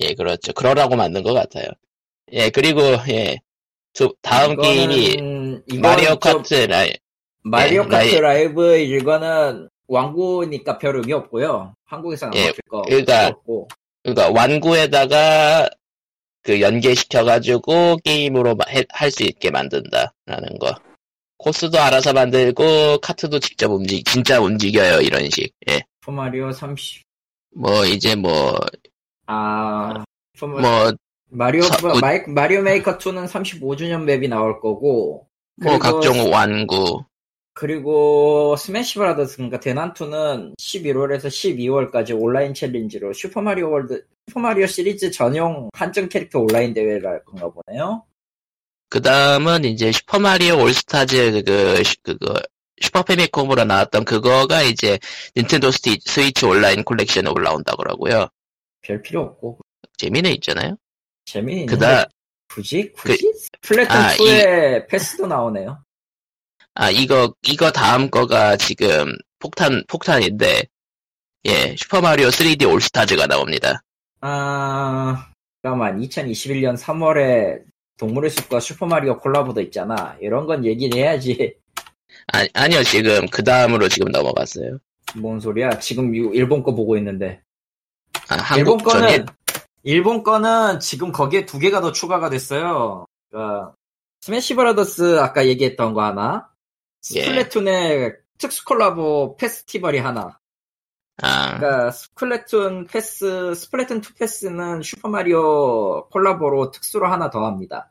A: 예 그렇죠 그러라고 만든 것 같아요 예 그리고 예 두- 다음
B: 이거는-
A: 게임이
B: 이건
A: 마리오
B: 좀
A: 카트 라이
B: 마리오
A: 예,
B: 카트
A: 라이-
B: 라이브 일과는 왕고니까 별 의미 없고요. 한국에서는 안
A: 예,
B: 먹힐 거
A: 그러니까-
B: 없고
A: 그러니까 완구에다가 그 연계시켜가지고 게임으로 할 수 있게 만든다라는 거 코스도 알아서 만들고 카트도 직접 움직 진짜 움직여요 이런 식예뭐
B: 슈퍼 마리오 30
A: 이제 뭐
B: 아 슈퍼 마리오
A: 뭐,
B: 마리오
A: 사- 뭐-
B: 마이, 마리오 메이커 2는 35주년 맵이 나올 거고
A: 뭐
B: 그리고-
A: 각종 완구
B: 그리고 스매시 브라더스 그러니까 대난 2는 11월에서 12월까지 온라인 챌린지로 슈퍼 마리오 월드 슈퍼 마리오 시리즈 전용 한정 캐릭터 온라인 대회를 할 건가 보네요.
A: 그 다음은 이제 슈퍼마리오 올스타즈 그, 슈- 그거, 슈퍼패미컴으로 나왔던 그거가 이제 닌텐도 스티, 스위치 온라인 콜렉션에 올라온다 그러고요.
B: 별 필요 없고
A: 재미는 있잖아요.
B: 재미있는
A: 그 다음,
B: 굳이 굳이 플래툰
A: 그 아,
B: 2의 패스도 나오네요.
A: 아, 이거, 이거 다음 거가 지금 폭탄, 폭탄인데, 예, 슈퍼마리오 3D 올스타즈가 나옵니다.
B: 아 잠깐만 2021년 3월에 동물의 숲과 슈퍼 마리오 콜라보도 있잖아. 이런 건 얘기는 해야지.
A: 아, 아니요, 지금 그 다음으로 지금 넘어갔어요.
B: 뭔 소리야? 지금 이 일본 거 보고 있는데.
A: 아,
B: 일본
A: 한국
B: 거는
A: 전에
B: 일본 거는 지금 거기에 두 개가 더 추가가 됐어요. 그러니까 스매시 브라더스 아까 얘기했던 거 하나,
A: 예.
B: 스플래툰의 특수 콜라보 페스티벌이 하나.
A: 아,
B: 그러니까 스플래툰 패스, 스플래툰 2 패스는 슈퍼 마리오 콜라보로 특수로 하나 더 합니다.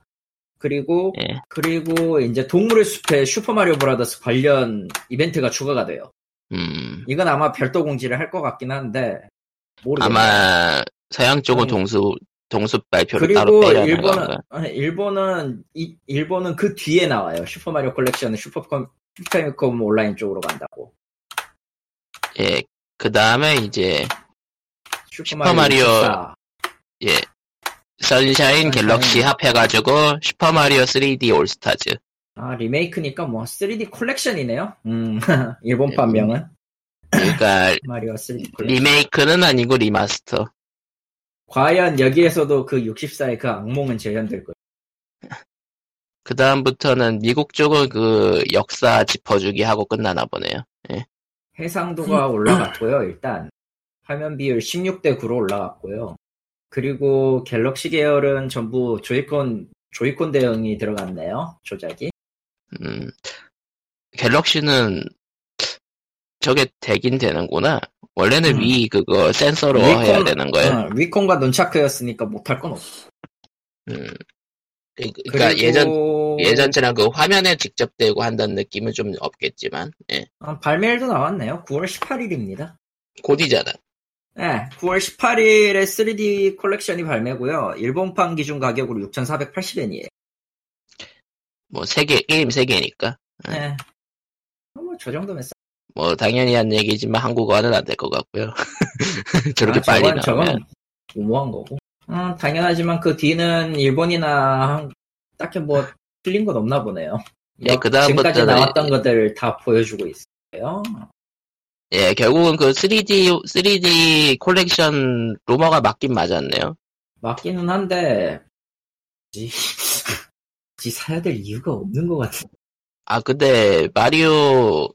B: 그리고
A: 예.
B: 그리고 이제 동물의 숲에 슈퍼 마리오 브라더스 관련 이벤트가 추가가 돼요.
A: 음,
B: 이건 아마 별도 공지를 할 것 같긴 한데 모르겠어요.
A: 아마 서양 쪽은
B: 그건-
A: 동수 동수 발표를 따로
B: 그리고
A: 빼려는
B: 일본은
A: 건가?
B: 아, 일본은 이- 일본은 그 뒤에 나와요. 슈퍼 마리오 컬렉션은 슈퍼컴 슈퍼컴 온라인 쪽으로 간다고.
A: 예. 그 다음에 이제
B: 슈퍼
A: 마리오
B: 14.
A: 예. 선샤인 갤럭시 합해가지고 슈퍼 마리오 3D 올스타즈.
B: 아 리메이크니까 뭐 3D 컬렉션이네요.
A: 예,
B: 음 일본판 명은
A: 그러니까
B: 마리오 3D 컬렉션.
A: 리메이크는 아니고 리마스터.
B: 과연 여기에서도 그 64의 그 악몽은 재현될 거예요.
A: 그 다음부터는 미국 쪽은 그 역사 짚어주기 하고 끝나나 보네요. 음.
B: 해상도가 올라갔고요. 일단 화면 비율 16대 9로 올라갔고요. 그리고 갤럭시 계열은 전부 조이콘 조이콘 대응이 들어갔네요. 조작이.
A: 음, 갤럭시는 저게 되긴 되는구나. 원래는
B: 음.
A: 위 그거 센서로
B: 위콘-
A: 해야 되는 거예요.
B: 어, 위콘과 논차크였으니까 못할 건 없어.
A: 음. 그- 그러니까 예전 예전처럼 그 화면에 직접 대고 한다는 느낌은 좀 없겠지만, 예.
B: 어, 발매일도 나왔네요. 9월 18일입니다.
A: 곧이잖아.
B: 네, 9월 18일에 3D 컬렉션이 발매고요. 일본판 기준 가격으로 6,480엔이에요.
A: 뭐 세계 게임 세계니까.
B: 네. 뭐저 정도면 싸.
A: 뭐 당연히 한 얘기지만 한국어는 안 될 것 같고요. 저렇게
B: 아,
A: 빨리
B: 저건-
A: 나오면
B: 저건 무모한 거고. 음, 당연하지만 그 뒤는 일본이나 한- 딱히 뭐 틀린 건 없나 보네요.
A: 예,
B: 여-
A: 그다음부터는-
B: 지금까지 나왔던 것들 다 보여주고 있어요.
A: 예, 결국은 그 3D 3D 콜렉션 루머가 맞긴 맞았네요.
B: 맞기는 한데 굳이, 굳이 사야 될 이유가 없는 것 같아.
A: 아 근데 마리오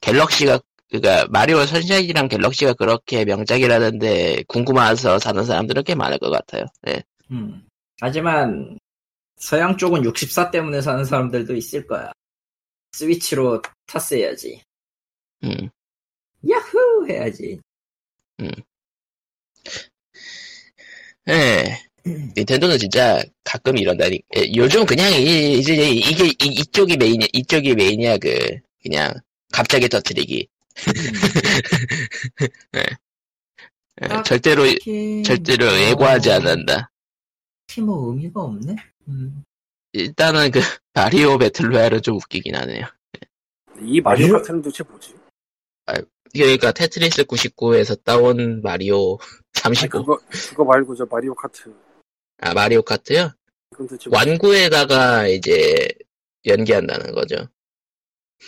A: 갤럭시가 그니까 마리오 선샤인이랑 갤럭시가 그렇게 명작이라는데 궁금해서 사는 사람들은 꽤 많을 것 같아요. 예.
B: 음. 하지만 서양 쪽은 64 때문에 사는 사람들도 있을 거야. 스위치로 탔어야지.
A: 음.
B: 야후 해야지.
A: 예.
B: 음.
A: 닌텐도는 진짜 가끔 이런다니. 예, 요즘 그냥 이, 이제 이게 이, 이쪽이 메인이야, 이쪽이 메인이야 그 그냥 갑자기 터트리기. 예,
B: 아,
A: 절대로
B: 음.
A: 절대로
B: 어,
A: 예고하지 않는다.
B: 딱히 뭐 의미가 없네. 음.
A: 일단은 그 마리오 배틀로얄은 좀 웃기긴 하네요.
C: 이 마리오 같은 도대체 뭐지?
A: 그러니까 테트리스 99에서 따온 마리오
C: 아니,
A: 35.
C: 그거 그거 말고 저 마리오 카트
A: 아, 마리오 카트요?
C: 이건 도대체 뭐지?
A: 완구에다가 이제 연기한다는 거죠.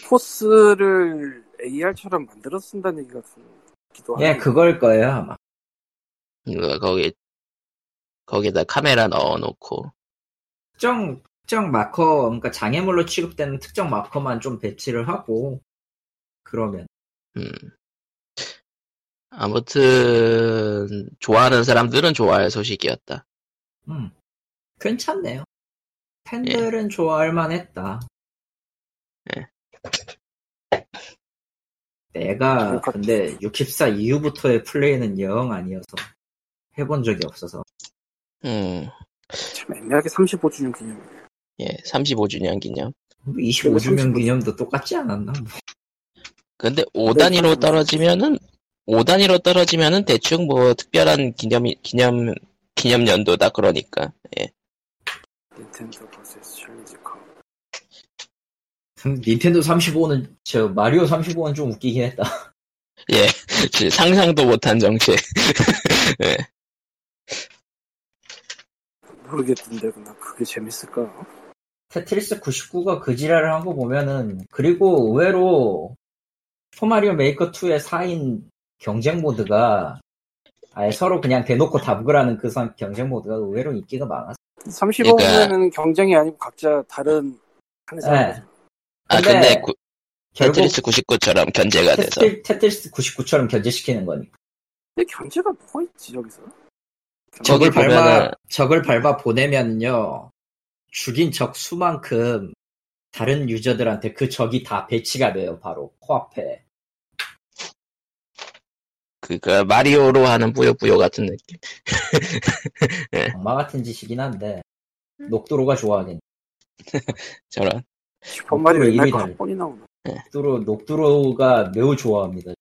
C: 포스를 AR처럼 만들어 쓴다는 얘기 같기도 하고
B: 예, 그걸 거예요 아마.
A: 이거 거기, 거기다 카메라 넣어놓고.
B: 특정 특정 마커, 그러니까 장애물로 취급되는 특정 마커만 좀 배치를 하고 그러면
A: 음. 아무튼, 좋아하는 사람들은 좋아할 소식이었다.
B: 음. 괜찮네요. 팬들은 좋아할 만했다.
A: 예.
B: 내가
C: 똑같-
B: 근데 64 이후부터의 플레이는 영 아니어서 해본 적이 없어서
A: 음,
C: 참 애매하게 35주년 기념
A: 예, 35주년 기념.
B: 근데
C: 그리고
B: 뭐 25주년
C: 35.
B: 기념도 똑같지 않았나? 뭐.
A: 근데 5단위로 떨어지면은, 5단위로 떨어지면은 대충 뭐 특별한 기념이, 기념, 기념 연도다, 그러니까. 예.
C: 닌텐도 vs 챌린지 컵
B: 음, 닌텐도 35는 저 마리오 35는 좀 웃기긴 했다.
A: 예, 지- 상상도 못한 정책.
C: 모르겠던데 근데 그게 재밌을까?
B: 테트리스 99가 그 지랄을 한 거 보면은 그리고 의외로 포마리오 메이커 2의 4인 경쟁 모드가 아예 서로 그냥 대놓고 답글하는 그 선- 경쟁 모드가 의외로 인기가 많았어.
C: 35년은
A: 그러니까-
C: 경쟁이 아니고 각자 다른 하는 사람
B: 네.
A: 아,
B: 근데
A: 근데, 구-
B: 결국
A: 테트리스 99처럼 견제가 돼서.
B: 테트, 테트리스 99처럼 견제시키는 거니까.
C: 근데 견제가 뭐가 있지 저기서?
B: 저걸
A: 저기 보면은-
B: 밟아 저걸 밟아 보내면요 줄인 적 수만큼 다른 유저들한테 그 적이 다 배치가 돼요 바로 코앞에
A: 그니까 마리오로 하는 뿌요뿌요 같은 느낌. 네.
B: 엄마 같은 짓이긴 한데 녹도로가 좋아하긴
A: 저런.
C: 정말
B: 그걸
C: 옛날
B: 이미
C: 거
B: 다-
C: 한 번이 나오네.
B: 녹두로, 녹두로가 매우 좋아합니다.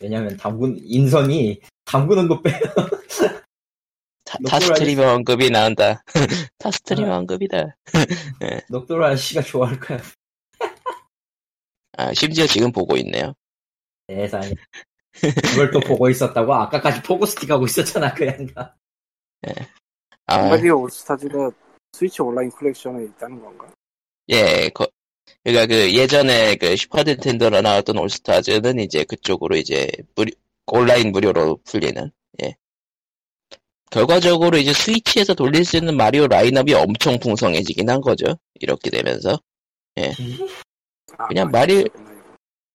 B: 왜냐면 당군, 인성이 당구는 거 빼,
A: 타,
B: 너무
A: 타 스트리머
B: 알겠어.
A: 언급이 나온다.
B: 음.
A: 타 스트리머 언급이다.
B: 녹두로 아저씨가 좋아할 거야.
A: 아, 심지어 지금 보고 있네요.
B: 세상에. 그걸 또 보고 있었다고? 아까까지 포고스틱 하고 있었잖아, 그 양가. 음,
A: 아,
C: 마리오 올스타즈가 스위치 온라인 컬렉션에 있다는 건가?
A: 예, 거, 그러니까 그 예전에 그 슈퍼 닌텐도로 나왔던 올스타즈는 이제 그쪽으로 이제 무료, 온라인 무료로 풀리는. 예. 결과적으로 이제 스위치에서 돌릴 수 있는 마리오 라인업이 엄청 풍성해지긴 한 거죠. 이렇게 되면서.
C: 아,
A: 그냥
C: 아,
A: 마리-
C: 그렇구나, 이거.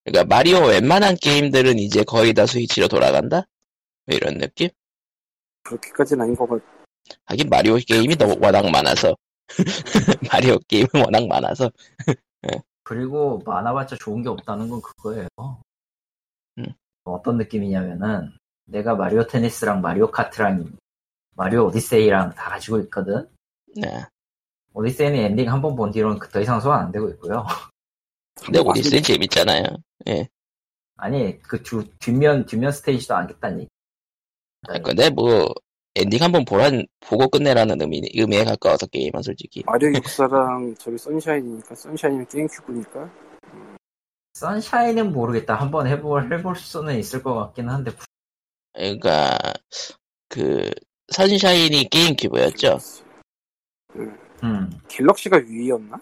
A: 그러니까 마리오 웬만한 게임들은 이제 거의 다 스위치로 돌아간다? 뭐 이런 느낌?
C: 그렇게까지는 아닌 것 같아.
A: 하긴 마리오 게임이 너무 워낙 많아서. 마리오 게임은 워낙 많아서.
B: 그리고 많아봤자 좋은 게 없다는 건 그거예요.
A: 음.
B: 어떤 느낌이냐면은, 내가 마리오 테니스랑 마리오 카트랑 마리오 오디세이랑 다 가지고 있거든?
A: 네.
B: 오디세이는 엔딩 한 번 본 뒤로는 그 더 이상 소환 안 되고 있고요.
A: 근데 오디세이 재밌잖아요.
B: 아니 그 주, 뒷면 뒷면 스테이지도 안 깼다니
A: 아, 근데 뭐 엔딩 한번 보란 보고 끝내라는 의미 의미에 가까워서 게임은 솔직히
C: 마리오 육사랑 저기 선샤인이니까 선샤인이면 게임큐브니까
B: 선샤인은 모르겠다 한번 해볼 해볼 수는 있을 것 같긴 한데 구-
A: 그러니까 그 선샤인이 게임큐브였죠.
B: 음
C: 갤럭시가 위였나?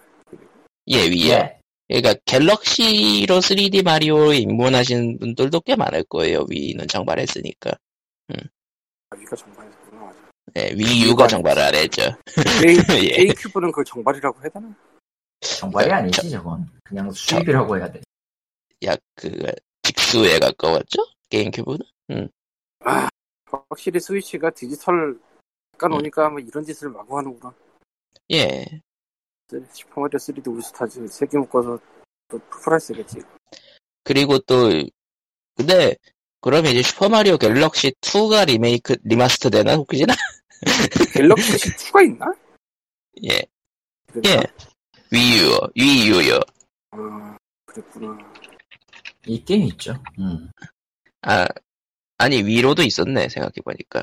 A: 예
B: 네.
A: 위에. 그러니까 갤럭시로 3D 마리오에 입문하신 분들도 꽤 많을 거예요. 위는 정발했으니까.
C: 아, 위가 정발했구나. 맞아.
A: 예, 위 U가 정발을 안 했죠.
C: 게임,
A: 예.
C: 게임큐브는 그걸 정발이라고 해야 되나?
B: 정발이 아니지 저건 그냥 수입이라고 해야 돼
A: 약그 직수에 가까웠죠. 게임큐브는.
C: 확실히 스위치가 디지털 약간
A: 음.
C: 오니까 뭐 이런 짓을 마구 하는구나.
A: 예.
C: 슈퍼마리오 3D 울스타즈 세 개 묶어서 또 풀프라이스겠지.
A: 그리고 또 근데 그러면 이제 슈퍼 마리오 갤럭시 2가 리메이크 리마스터 되나 혹시 나?
C: 갤럭시 2가 있나?
A: 예. 예.
C: 그랬나?
A: 위유, 위유요.
C: 아, 그랬구나.
B: 이 게임 있죠 음
A: 아, 아니, 위로도 있었네, 생각해보니까.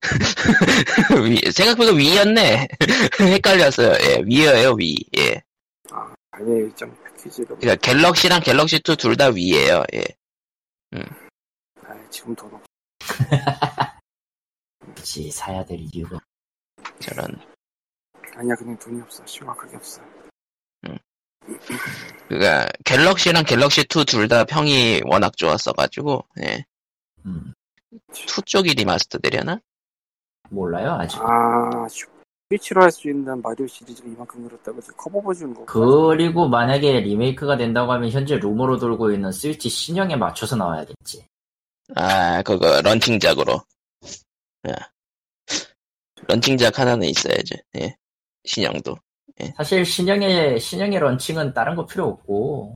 A: 위, 생각보다 위였네. 헷갈렸어요. 예, 위예요, 위. 예.
C: 아니, 일장 패키지로.
A: 그러니까 갤럭시랑 갤럭시2 둘 다 위예요. 예.
C: 아, 지금 돈 없어.
B: 그치 사야 될 이유가
A: 저런.
C: 아니야, 그냥 돈이 없어. 심각하게 없어.
A: 그니까, 그러니까 갤럭시랑 갤럭시2 둘 다 평이 워낙 좋았어가지고, 예.
B: 음
A: 2 쪽이 리마스터 되려나?
B: 몰라요 아직
C: 아, 슈- 스위치로 할 수 있는 마리오 시리즈가 이만큼 늘었다고 지금 커버 버전 거.
B: 그리고 만약에 리메이크가 된다고 하면 현재 루머로 돌고 있는 스위치 신형에 맞춰서 나와야겠지
A: 아, 그거, 런칭작으로. 예. 런칭작 하나는 있어야지, 예. 신형도.
B: 사실 신형의 신형의 런칭은 다른 거 필요 없고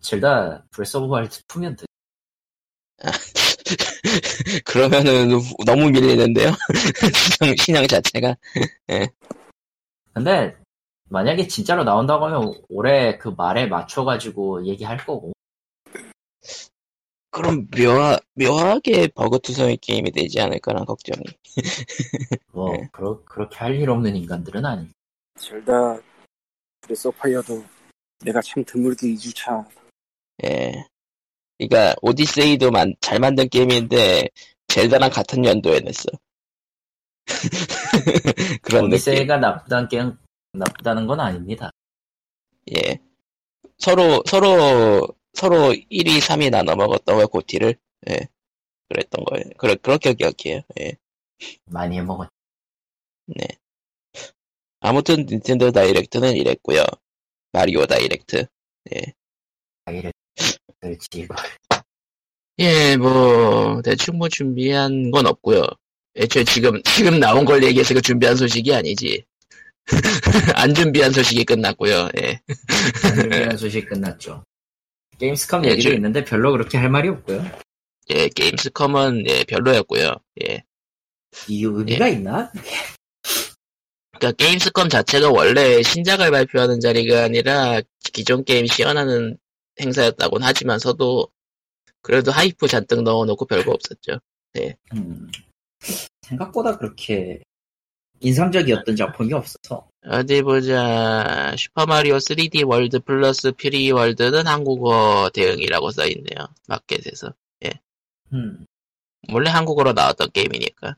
B: 젤다 브레스 오브 와일드 풀면 돼
A: 그러면은 너무 밀리는데요? 신형, 신형 자체가
B: 근데 만약에 진짜로 나온다고 하면 올해 그 말에 맞춰가지고 얘기할 거고
A: 그럼 묘하, 묘하게 버그투성의 게임이 되지 않을까라는 걱정이
B: 뭐
A: 네.
B: 그러, 그렇게 할 일 없는 인간들은 아니
C: 젤다 브레스 오브 파이어도 내가 참 드물게 2주차
A: 예 그러니까 오디세이도 만, 잘 만든 게임인데 젤다랑 같은 연도에 냈어 그런 느낌
B: 오디세이가 나쁘다는 게 나쁘다는 건 아닙니다
A: 예 서로 서로 서로 1위 3위 나눠 먹었다고요 고티를 예 그랬던 거예요 그러, 그렇게 기억해요 예
B: 많이 해먹었
A: 아무튼 닌텐도 다이렉트는 이랬고요 마리오 다이렉트
B: 다이렉트일지 이거
A: 예, 뭐 대충 뭐 준비한 건 없고요. 애초에 지금 지금 나온 걸 얘기해서 그 준비한 소식이 아니지. 안 준비한 소식이 끝났고요. 예.
B: 준비한 소식 끝났죠. 게임스컴
A: 예,
B: 얘기도
A: 저-
B: 있는데 별로 그렇게 할 말이 없고요.
A: 예, 게임스컴은 예, 별로였고요. 예.
B: 이
A: 네.
B: 의미가 있나?
A: 그러니까 게임스컴 자체가 원래 신작을 발표하는 자리가 아니라 기존 게임 시연하는 행사였다곤 하지만서도 그래도 하이프 잔뜩 넣어놓고 별거 없었죠.
B: 음, 생각보다 그렇게 인상적이었던 작품이 없어서
A: 어디 보자. 슈퍼마리오 3D 월드 플러스 피리 월드는 한국어 대응이라고 써있네요. 마켓에서.
B: 음,
A: 원래 한국어로 나왔던 게임이니까.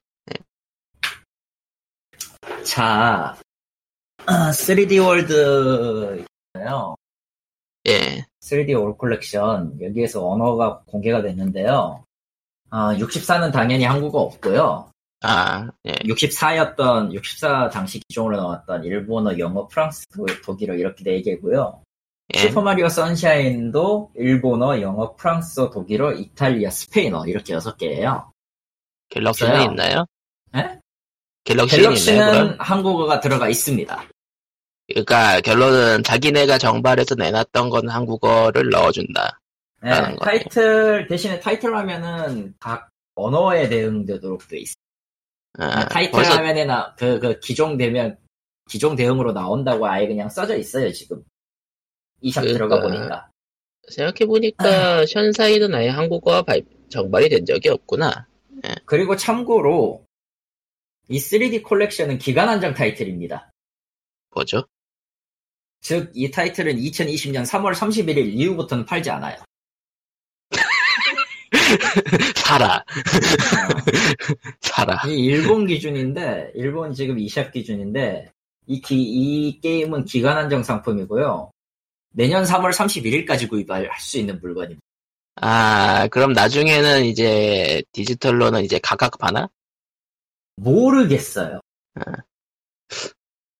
B: 자 3D 월드 있잖아요
A: 예.
B: 3D 올 컬렉션 여기에서 언어가 공개가 됐는데요 아, 64는 당연히 한국어 없고요
A: 아, 예.
B: 64였던 64 당시 기종으로 나왔던 일본어, 영어, 프랑스, 독일어 이렇게 네 개고요
A: 예.
B: 슈퍼마리오 선샤인도 일본어, 영어, 프랑스어, 독일어, 이탈리아, 스페인어 이렇게 여섯 개예요
A: 갤럭시는
B: 없어요.
A: 있나요?
B: 예?
A: 갤럭시는, 있나요, 그럼?
B: 갤럭시는 한국어가 들어가 있습니다.
A: 그러니까 결론은 자기네가 정발해서 내놨던 건 한국어를 넣어준다.
B: 네,
A: 라는 거네요.
B: 타이틀 대신에 타이틀 화면은 각 언어에 대응되도록 돼 있어.
A: 아,
B: 그러니까 타이틀
A: 벌써
B: 화면에 나그 그 기종 되면 기종 대응으로 나온다고 아예 그냥 써져 있어요 지금. 이샵 들어가
A: 그러니까.
B: 보니까.
A: 생각해보니까
B: 아.
A: 션사이는 아예 한국어가 발- 정발이 된 적이 없구나.
B: 그리고 참고로 이 3D 콜렉션은 기간 한정 타이틀입니다.
A: 뭐죠?
B: 즉 이 타이틀은 2020년 3월 31일 이후부터는 팔지 않아요.
A: 사라,
B: 어.
A: 사라.
B: 이 일본 기준인데 일본 지금 이샵 기준인데 이, 기- 이 게임은 기간 한정 상품이고요. 내년 3월 31일까지 구입할 수 있는 물건입니다.
A: 아, 그럼 나중에는 이제 디지털로는 이제 각각 파나?
B: 모르겠어요.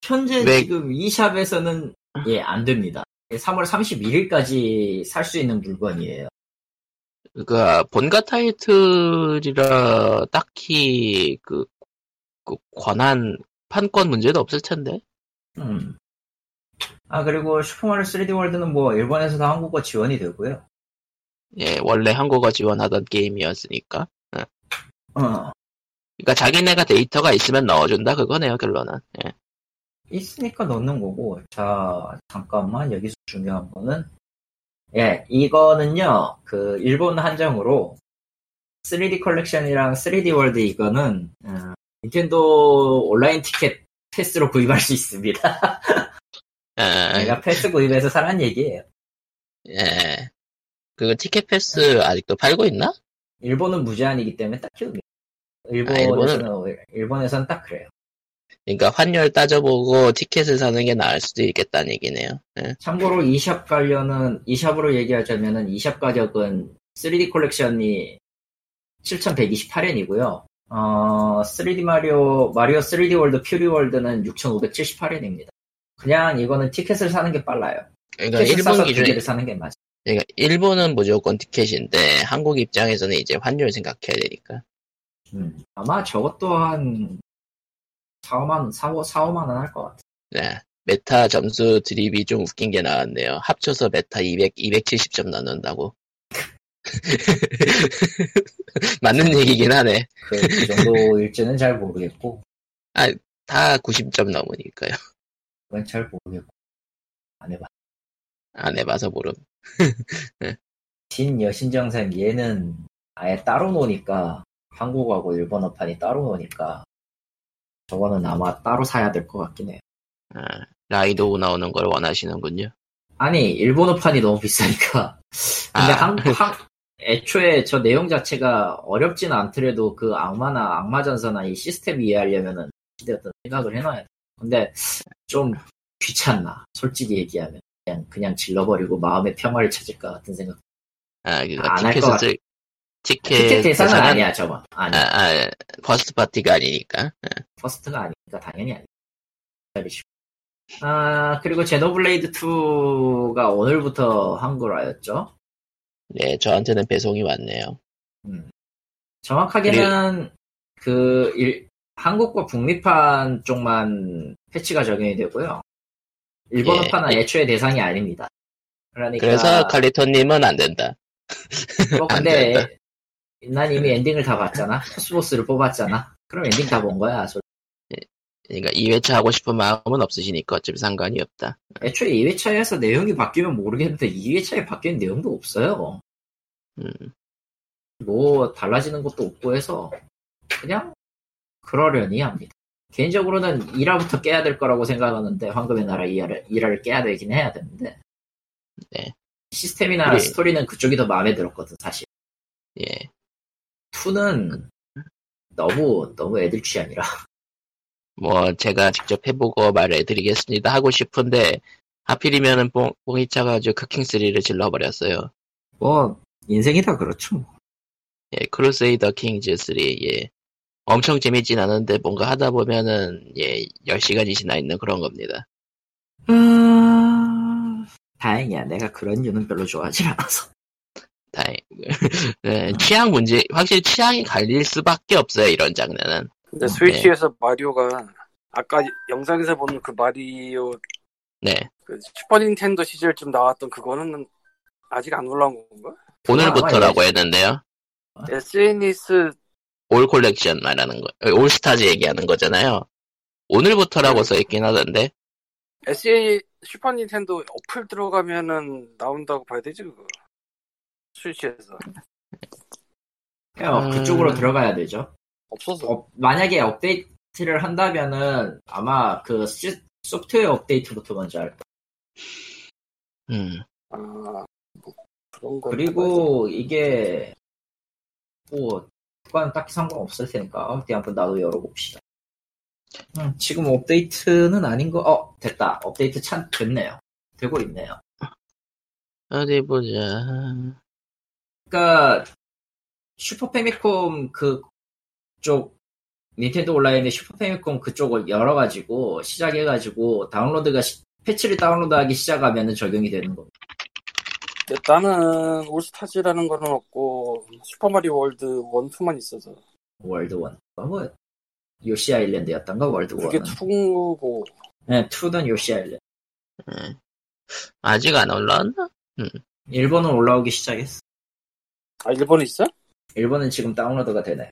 B: 현재
A: 왜-
B: 지금 이샵에서는 예, 안 됩니다. 3월 31일까지 살 수 있는 물건이에요.
A: 그니까 본가 타이틀이라 딱히 그, 그 권한 판권 문제도 없을 텐데.
B: 음. 아 그리고 슈퍼마리오 3D 월드는 뭐 일본에서도 한국어 지원이 되고요.
A: 예, 원래 한국어 지원하던 게임이었으니까.
B: 어.
A: 그러니까 자기네가 데이터가 있으면 넣어준다 그거네요 결론은. 예.
B: 있으니까 넣는 거고. 자, 잠깐만. 여기서 중요한 거는, 예, 이거는요, 그, 일본 한정으로 3D 컬렉션이랑 3D 월드 이거는, 어, 닌텐도 온라인 티켓 패스로 구입할 수 있습니다.
A: 예.
B: 내가 패스 구입해서 사란 얘기예요.
A: 예. 그 티켓 패스 아직도 팔고 있나?
B: 일본은 무제한이기 때문에 딱히 의미
A: 아, 일본은-
B: 일본에서는, 일본에서는 딱 그래요.
A: 그러니까 환율 따져보고 티켓을 사는 게 나을 수도 있겠다는 얘기네요. 예.
B: 참고로 이샵 관련은 이샵으로 얘기하자면은 이샵 가격은 3D 콜렉션이 7,128엔이고요. 어, 3D 마리오 마리오 3D 월드 퓨리 월드는 6,578엔입니다. 그냥 이거는 티켓을 사는 게 빨라요.
A: 그러니까
B: 티켓을
A: 일본
B: 사서 두
A: 기준이
B: 개를 사는 게 맞아.
A: 그러니까 일본은 무조건 티켓인데 한국 입장에서는 이제 환율 생각해야 되니까.
B: 음. 아마 저것 또한 4만 4, 5만 원 할 것 같아.
A: 네. 메타 점수 드립이 좀 웃긴 게 나왔네요. 합쳐서 메타 200 270점 넣는다고. 맞는 얘기긴 하네.
B: 그, 그 정도일지는 잘 모르겠고
A: 다 90점 넘으니까요.
B: 그건 잘 모르겠고 안 해봐.
A: 안 해봐서 모름.
B: 진 여신정생 얘는 아예 따로 노니까 한국하고 일본어판이 따로 노니까 저거는 아마 따로 사야 될 것 같긴 해요.
A: 아, 라이도 나오는 걸 원하시는군요.
B: 아니 일본어판이 너무 비싸니까 근데
A: 아.
B: 한, 한 애초에 저 내용 자체가 어렵진 않더라도 그 악마나 악마전사나 이 시스템 이해하려면은 기대했던 생각을 해놔야 돼. 근데 좀 귀찮나 솔직히 얘기하면 그냥 그냥 질러버리고 마음의 평화를 찾을 것 같은 생각.
A: 아, 그거
B: 안할
A: 티켓을
B: 것
A: 쓸, 티켓,
B: 티켓 대사는
A: 대사는-
B: 아니야 저거
A: 아,
B: 아니.
A: 아, 퍼스트 파티가 아니니까.
B: 퍼스트가 아니니까 당연히 아니다아 그리고 제노블레이드 2가 오늘부터 한글화였죠.
A: 네, 저한테는 배송이 왔네요.
B: 정확하게는 그 일- 한국과 북미판 쪽만 패치가 적용이 되고요. 일본어판은
A: 예.
B: 애초에 대상이 아닙니다. 그러니까
A: 그래서 칼리토님은 안 된다.
B: 뭐
A: 안 된다.
B: 근데 난 이미 엔딩을 다 봤잖아. 포스보스를 뽑았잖아. 그럼 엔딩 다 본 거야. 솔-
A: 그러니까 2회차 하고 싶은 마음은 없으시니까 어차피 상관이 없다.
B: 애초에 2회차에서 내용이 바뀌면 모르겠는데 2회차에 바뀐 내용도 없어요.
A: 음.
B: 뭐 달라지는 것도 없고 해서 그냥 그러려니 합니다. 개인적으로는 1화부터 깨야 될 거라고 생각하는데 황금의 나라 2화를, 2화를 깨야 되긴 해야 되는데
A: 네.
B: 시스템이나
A: 그래.
B: 스토리는 그쪽이 더 마음에 들었거든 사실
A: 예.
B: 2는 너무 너무 애들 취향이라
A: 뭐 제가 직접 해보고 말해드리겠습니다 하고 싶은데 하필이면은 뽕, 뽕이 차가지고 크킹3를 질러버렸어요.
B: 뭐 인생이 다 그렇죠
A: 예, 크루세이더 킹즈 3, 예. 엄청 재밌진 않은데 뭔가 하다 보면은, 예, 10시간이나 있는 그런 겁니다.
B: 아, 다행이야 내가 그런 유는 별로 좋아하지 않아서
A: 다행. 네, 취향 문제, 확실히 취향이 갈릴 수밖에 없어요, 이런 장르는.
C: 근데 스위치에서 마리오가 아까 영상에서 보는 그 마리오
A: 네.
C: 그 슈퍼 닌텐도 시절쯤 나왔던 그거는 아직 안 올라온 건가?
A: 오늘부터라고 했는데요.
C: SNS
A: 올 콜렉션 말하는 거, 어, 올 스타즈 얘기하는 거잖아요. 오늘부터라고 써있긴 하던데,
C: SA 슈퍼 닌텐도 어플 들어가면은 나온다고 봐야 되지 그거 스위치에서
B: 그냥 그쪽으로
A: 음.
B: 들어가야 되죠
C: 없어서
B: 업- 만약에 업데이트를 한다면은 아마 그 시- 소프트웨어 업데이트부터 먼저 할 거예요.
A: 음,
C: 아, 뭐 그런 거
B: 그리고 이게 뭐 그건 딱히 상관없을 테니까 어디 한번 나도 열어봅시다. 음, 지금 업데이트는 아닌 거. 어 됐다. 업데이트 참 됐네요. 되고 있네요.
A: 어디 보자.
B: 그러니까 슈퍼 패미콤 그쪽 닌텐도 온라인의 슈퍼 패미콤 그쪽을 열어가지고 시작해가지고 다운로드가 시- 패치를 다운로드하기 시작하면은 적용이 되는 겁니다.
C: 일단은 올스타즈라는 거는 없고 슈퍼마리오 월드 원투만 있어서
B: 월드 원. 뭐 요시 아일랜드였던가 월드
C: 그게
B: 원은.
C: 투고
B: 네, 투는 요시 아일랜드.
A: 음. 아직 안 올라왔나?
B: 일본은 올라오기 시작했어.
C: 아 일본에 있어?
B: 일본은 지금 다운로드가 되네.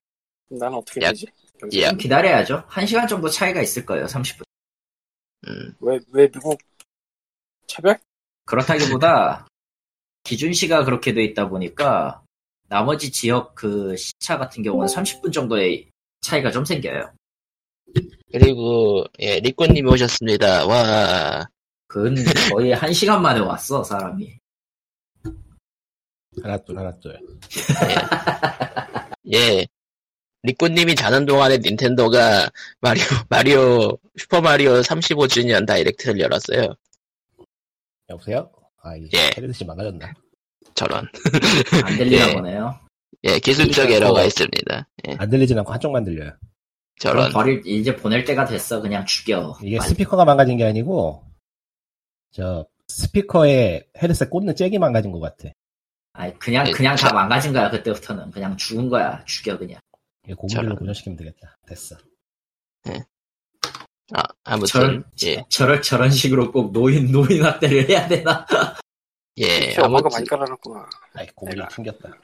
C: 난 어떻게
A: 야.
C: 되지?
A: 예.
B: 좀 기다려야죠. 1시간 정도 차이가 있을 거예요. 30분.
A: 음.
C: 왜 왜 미국 차별?
B: 그렇다기보다 기준시가 그렇게 돼 있다 보니까 나머지 지역 그 시차 같은 경우는 30분 정도의 차이가 좀 생겨요.
A: 그리고 예 리코님 오셨습니다. 와
B: 그건 거의 1시간 만에 왔어, 사람이.
D: 하나 둘 하나 둘.
A: 예. 리코님이 자는 동안에 닌텐도가 마리오 마리오 슈퍼 마리오 35주년 다이렉트를 열었어요.
D: 여보세요? 아 이게
A: 예.
D: 헤드셋이 망가졌나?
A: 저런
B: 안 들리나
A: 예.
B: 보네요.
A: 예 기술적
B: 그러니까
A: 에러가
B: 뭐-
A: 있습니다. 예
D: 안 들리진 않고 한쪽만 들려요.
B: 그럼
A: 저런
B: 버릴, 이제 보낼 때가 됐어. 그냥 죽여.
D: 이게
B: 빨리.
D: 스피커가 망가진 게 아니고 저 스피커에 헤드셋 꽂는 잭이 망가진 것 같아.
B: 아니,
A: 예.
B: 그냥, 그냥 다 망가진 거야, 그때부터는. 그냥 죽은 거야. 죽여, 그냥.
D: 이거 고무줄로
A: 저런.
D: 고정시키면 되겠다. 됐어.
A: 아 아무튼
B: 저런, 저런, 저런 식으로 꼭 노인, 노인 학대를 해야 되나?
A: 예예
C: 예, 엄마가 많이
A: 아무튼
C: 깔아놨구나.
D: 아이 고무줄
A: 예.
C: 내가.
D: 튕겼다.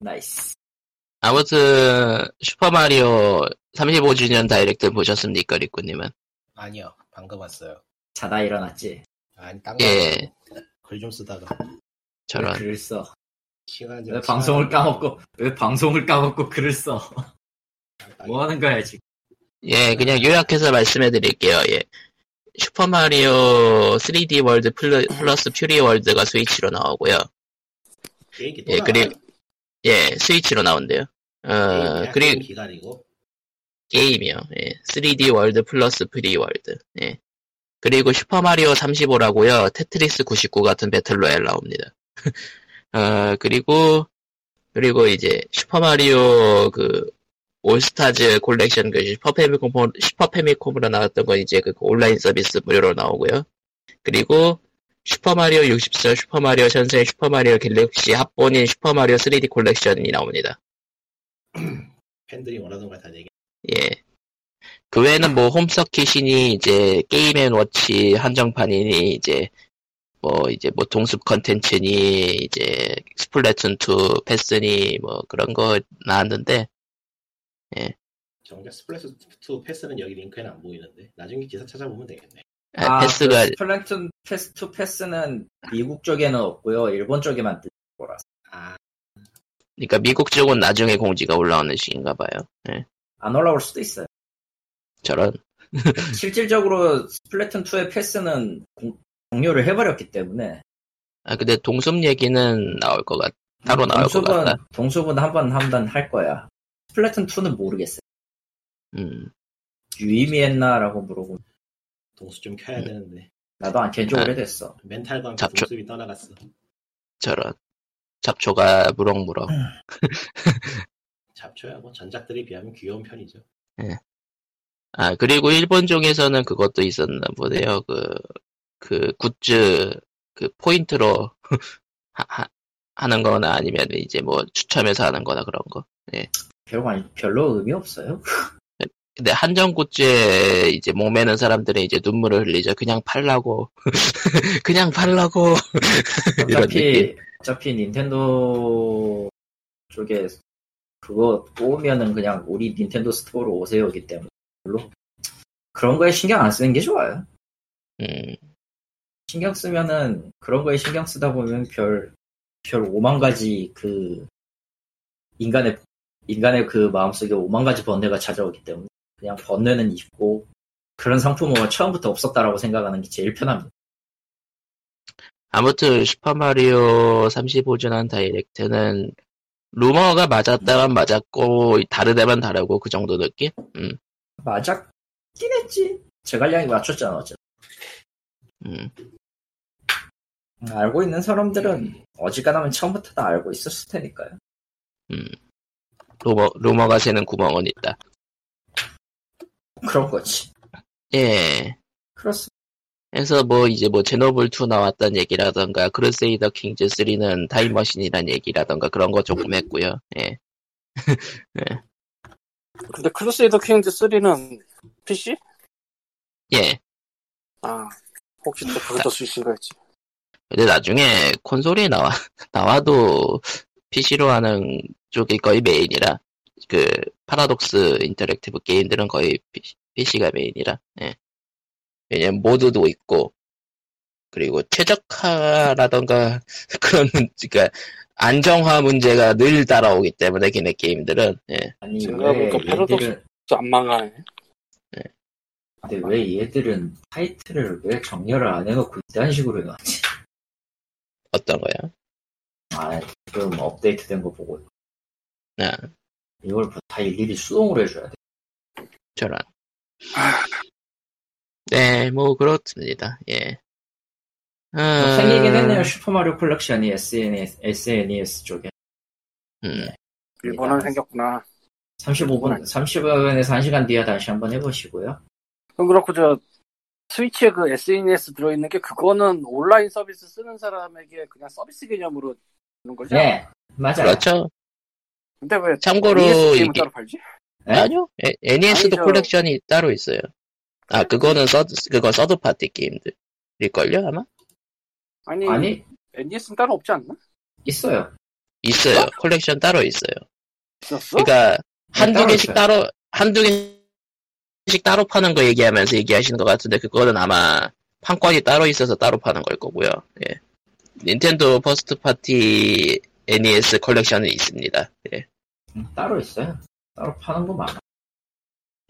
B: 나이스.
A: 아무튼 슈퍼 마리오 35주년 다이렉트 보셨습니까 리코님은?
D: 아니요 방금 왔어요.
B: 자다 일어났지.
D: 아니 딴
A: 예
B: 네.
D: 글좀 쓰다가
B: 왜
A: 저런
B: 글을 써.
D: 시간
B: 왜 방송을 까먹고, 왜 방송을 까먹고 글을 써. 뭐 하는 거야, 지금.
A: 예, 그냥 요약해서 말씀해 드릴게요. 예. 슈퍼마리오 3D 월드 플러- 플러스 퓨리 월드가 스위치로 나오고요.
D: 비행기
A: 예, 그리고, 예, 스위치로 나온대요. 어, 그리고
D: 기다리고
A: 게임이요. 예, 3D 월드 플러스 퓨리 월드. 예. 그리고 슈퍼마리오 35라고요. 테트리스 99 같은 배틀로얄 나옵니다. 어, 그리고, 그리고 이제 슈퍼마리오 그 올스타즈 콜렉션 그 슈퍼패미콤 슈퍼패미콤으로 나왔던 건 이제 그 온라인 서비스 무료로 나오고요. 그리고 슈퍼마리오 64, 슈퍼마리오 전생, 슈퍼마리오 갤럭시 합본인 슈퍼마리오 3D 콜렉션이 나옵니다.
E: 팬들이 원하던 걸 다 내게.
A: 예. 그 외에는 뭐 홈서킷이니 이제 게임앤워치 한정판이니 이제 뭐 이제 뭐 동숲 컨텐츠니 이제 스플래툰 2 패스니 뭐 그런 거 나왔는데
E: 정작 스플래시 2 패스는 여기 링크에는 안 보이는데 나중에 기사 찾아보면 되겠네.
A: 아, 패스가
B: 그 플랜툰 패스2 패스는 미국 쪽에는 없고요. 일본 쪽에만 뜨.
E: 아
A: 그러니까 미국 쪽은 나중에 공지가 올라오는 식인가 봐요. 예.
B: 안 올라올 수도 있어요.
A: 저런
B: 실질적으로 스플래툰 2의 패스는 공- 종료를 해버렸기 때문에
A: 아 근데 동숲 얘기는 나올 것 같. 따로 나올 것
B: 음, 동숲은
A: 같다.
B: 동숲은 한번 한번 할 거야. 스플래툰 2는 모르겠어요.
A: 음.
B: 유의미했나라고 물어보 면
E: 동수 좀 켜야
B: 네.
A: 음.
E: 되는데
B: 나도 안 켠지
A: 아.
B: 오래됐어.
E: 멘탈과 함께
A: 잡초.
E: 동수이 떠나갔어.
A: 저런 잡초가 무럭무럭.
E: 잡초야 뭐 전작들에 비하면 귀여운 편이죠.
A: 아, 그리고 일본 쪽에서는 그것도 있었나 보네요. 그, 그 굿즈, 그 포인트로 하, 는 거나 아니면 이제 뭐 추첨해서 하는 거나 그런 거.
B: 별로 아니- 별로 의미 없어요.
A: 근데 한정 굿즈에 이제 목매는 사람들은 이제 눈물을 흘리죠. 그냥 팔라고. 그냥 팔라고. 이런
B: 어차피 어차피 닌텐도 쪽에 그거 뽑으면은 그냥 우리 닌텐도 스토어로 오세요기 때문에 별로 그런 거에 신경 안 쓰는 게 좋아요.
A: 음,
B: 신경 쓰면은 그런 거에 신경 쓰다 보면 별, 별 오만 가지 그 인간의 인간의 그 마음속에 오만 가지 번뇌가 찾아오기 때문에 그냥 번뇌는 있고 그런 상품은 처음부터 없었다라고 생각하는 게 제일 편합니다.
A: 아무튼 슈퍼마리오 35주년 다이렉트는 루머가 맞았다면 맞았고 다르다면 다르고 그 정도 느낌?
B: 맞았긴 했지. 제갈량이 맞췄잖아 어쨌든.
A: 음.
B: 알고 있는 사람들은 어지간하면 처음부터 다 알고 있었을 테니까요.
A: 루머, 루머가 새는 구멍은 있다.
B: 그런 거지.
A: 예.
B: 그렇습니다.
A: 그래서 뭐 이제 뭐 제노블 2 나왔단 얘기라던가 크루세이더 킹즈 3는 타임머신이란 얘기라던가 그런 거 조금 했고요. 예.
C: 근데 크루세이더 킹즈 3는 PC?
A: 예.
C: 아 혹시 또 그것도 스위치인가 했지.
A: 근데 나중에 콘솔이 나와 나와도 PC로 하는 쪽이 거의 메인이라 그 파라독스 인터랙티브 게임들은 거의 PC, 가 메인이라. 예. 왜냐면 모드도 있고 그리고 최적화라던가 그런 그러니까 안정화 문제가 늘 따라오기 때문에 걔네 게임들은 예.
B: 아니
C: 제가
B: 왜
C: 보니까
B: 얘들은
C: 또안 망하네.
B: 근데 왜 얘들은 타이틀을 왜 정렬을 안 해놓고 이딴 식으로 해놨지?
A: 어떤 거야?
B: 아 지금 업데이트된 거 보고
A: 네.
B: 이걸 뭐 다 일일이 수동으로 해줘야 돼.
A: 저런.
C: 아.
A: 네, 뭐 그렇습니다. 예. 아,
B: 생기긴 했네요. 슈퍼마리오 컬렉션이 SNES, SNES E 쪽에
A: 음,
C: 일본은
B: 일단
C: 생겼구나. 음.
B: 35분, 30분에서 1시간 뒤에 다시 한번 해보시고요.
C: 그럼 그렇고 저 스위치에 그 SNES 들어있는 게 그거는 온라인 서비스 쓰는 사람에게 그냥 서비스 개념으로 주는 거죠?
B: 네, 맞아요.
A: 그렇죠.
C: 근데 왜
A: 참고로
C: AS 게임을
A: 이게
C: 따로 팔지?
B: 네?
A: 아니요, 에- NES도
C: 아니죠.
A: 콜렉션이 따로 있어요. 아, 그거는 서드 그거 서드 파티 게임들일걸요 아마
C: 아니, E
B: 아니
C: NES는 따로 없지 않나?
B: 있어요.
A: 있어요. 콜렉션 따로 있어요.
C: 있었어?
A: 그러니까 한두
B: 네, 따로
A: 개씩
B: 있어요.
A: 따로 한두 개씩 따로 파는 거 얘기하면서 얘기하시는 것 같은데 그거는 아마 판권이 따로 있어서 따로 파는 걸 거고요. 예. 닌텐도 퍼스트 파티 NES 컬렉션은 있습니다. 예.
B: 음, 따로 있어요. 따로 파는 거 많아.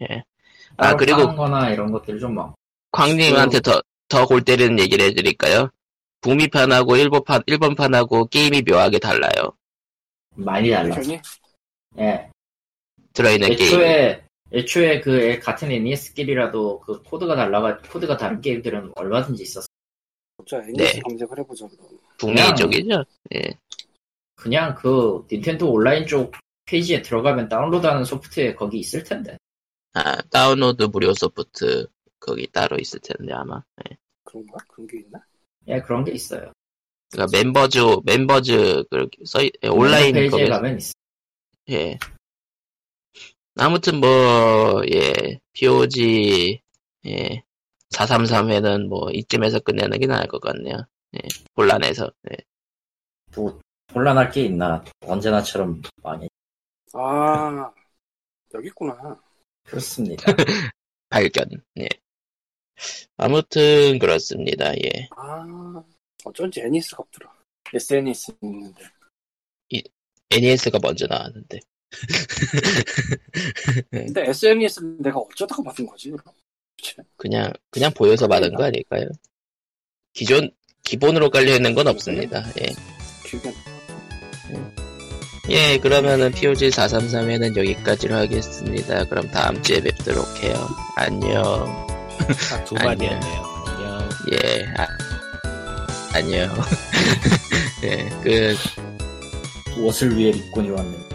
A: 예.
B: 따로
A: 아, 그리고-
B: 파는 거나 이런 것들이 좀 많고.
A: 광님한테 더 더 골 때리는 얘기를 해드릴까요? 북미판하고 일본판 일본판하고 게임이 묘하게 달라요.
B: 많이
A: 그러니까
B: 달라.
C: 당연히.
B: 예.
A: 들어있는 게임.
B: 애초에, 애초에 그 애- 같은 NES끼리라도 그 코드가 달라가, 코드가 다른 게임들은 얼마든지 있었어.
C: 자, NES
A: 네.
C: E 검색을 해보자. 그럼.
A: 북미
B: 그냥-
A: 쪽이죠.
B: 그냥 그 닌텐도 온라인 쪽 페이지에 들어가면 다운로드하는 소프트에 거기 있을 텐데.
A: 아, 다운로드 무료 소프트 거기 따로 있을 텐데 아마. 예.
C: 그런가? 그런 게 있나?
B: 예, 그런 게 있어요.
A: 그러니까 멤버즈 멤버즈 그렇게 써 있- 예, 온라인
B: 음, 페이지에
A: 거기서
B: 가면 있어.
A: 예 아무튼 뭐, 예, POG, 예, 433회는 뭐, 이쯤에서 끝내는 게 나을 것 같네요. 예, 곤란해서. 예.
B: 뭐 혼란할 게 있나 언제나처럼 많이
C: 아 여기 있구나.
B: 그렇습니다
A: 발견. 예. 아무튼, 그렇습니다. 예.
C: 아 어쩐지 애니스가 없더라. SNS 는 있는데.
A: NES가 E 먼저 나왔는데.
C: 근데 SNS는 내가 어쩌다가 받은 거지?
A: 그냥, 그냥 보여서 받은 거 아닐까요? 기존, 기본으로 깔려있는 건 없습니다. 예.
C: 기억이 안
A: 예, 그러면은 POG 433회는 여기까지로 하겠습니다. 그럼 다음 주에 뵙도록 해요. 안녕.
D: 딱두 마디였네요. 안녕.
A: 예, 아, 안녕. 예, 끝.
B: 무엇을 위해 리콘이 왔는가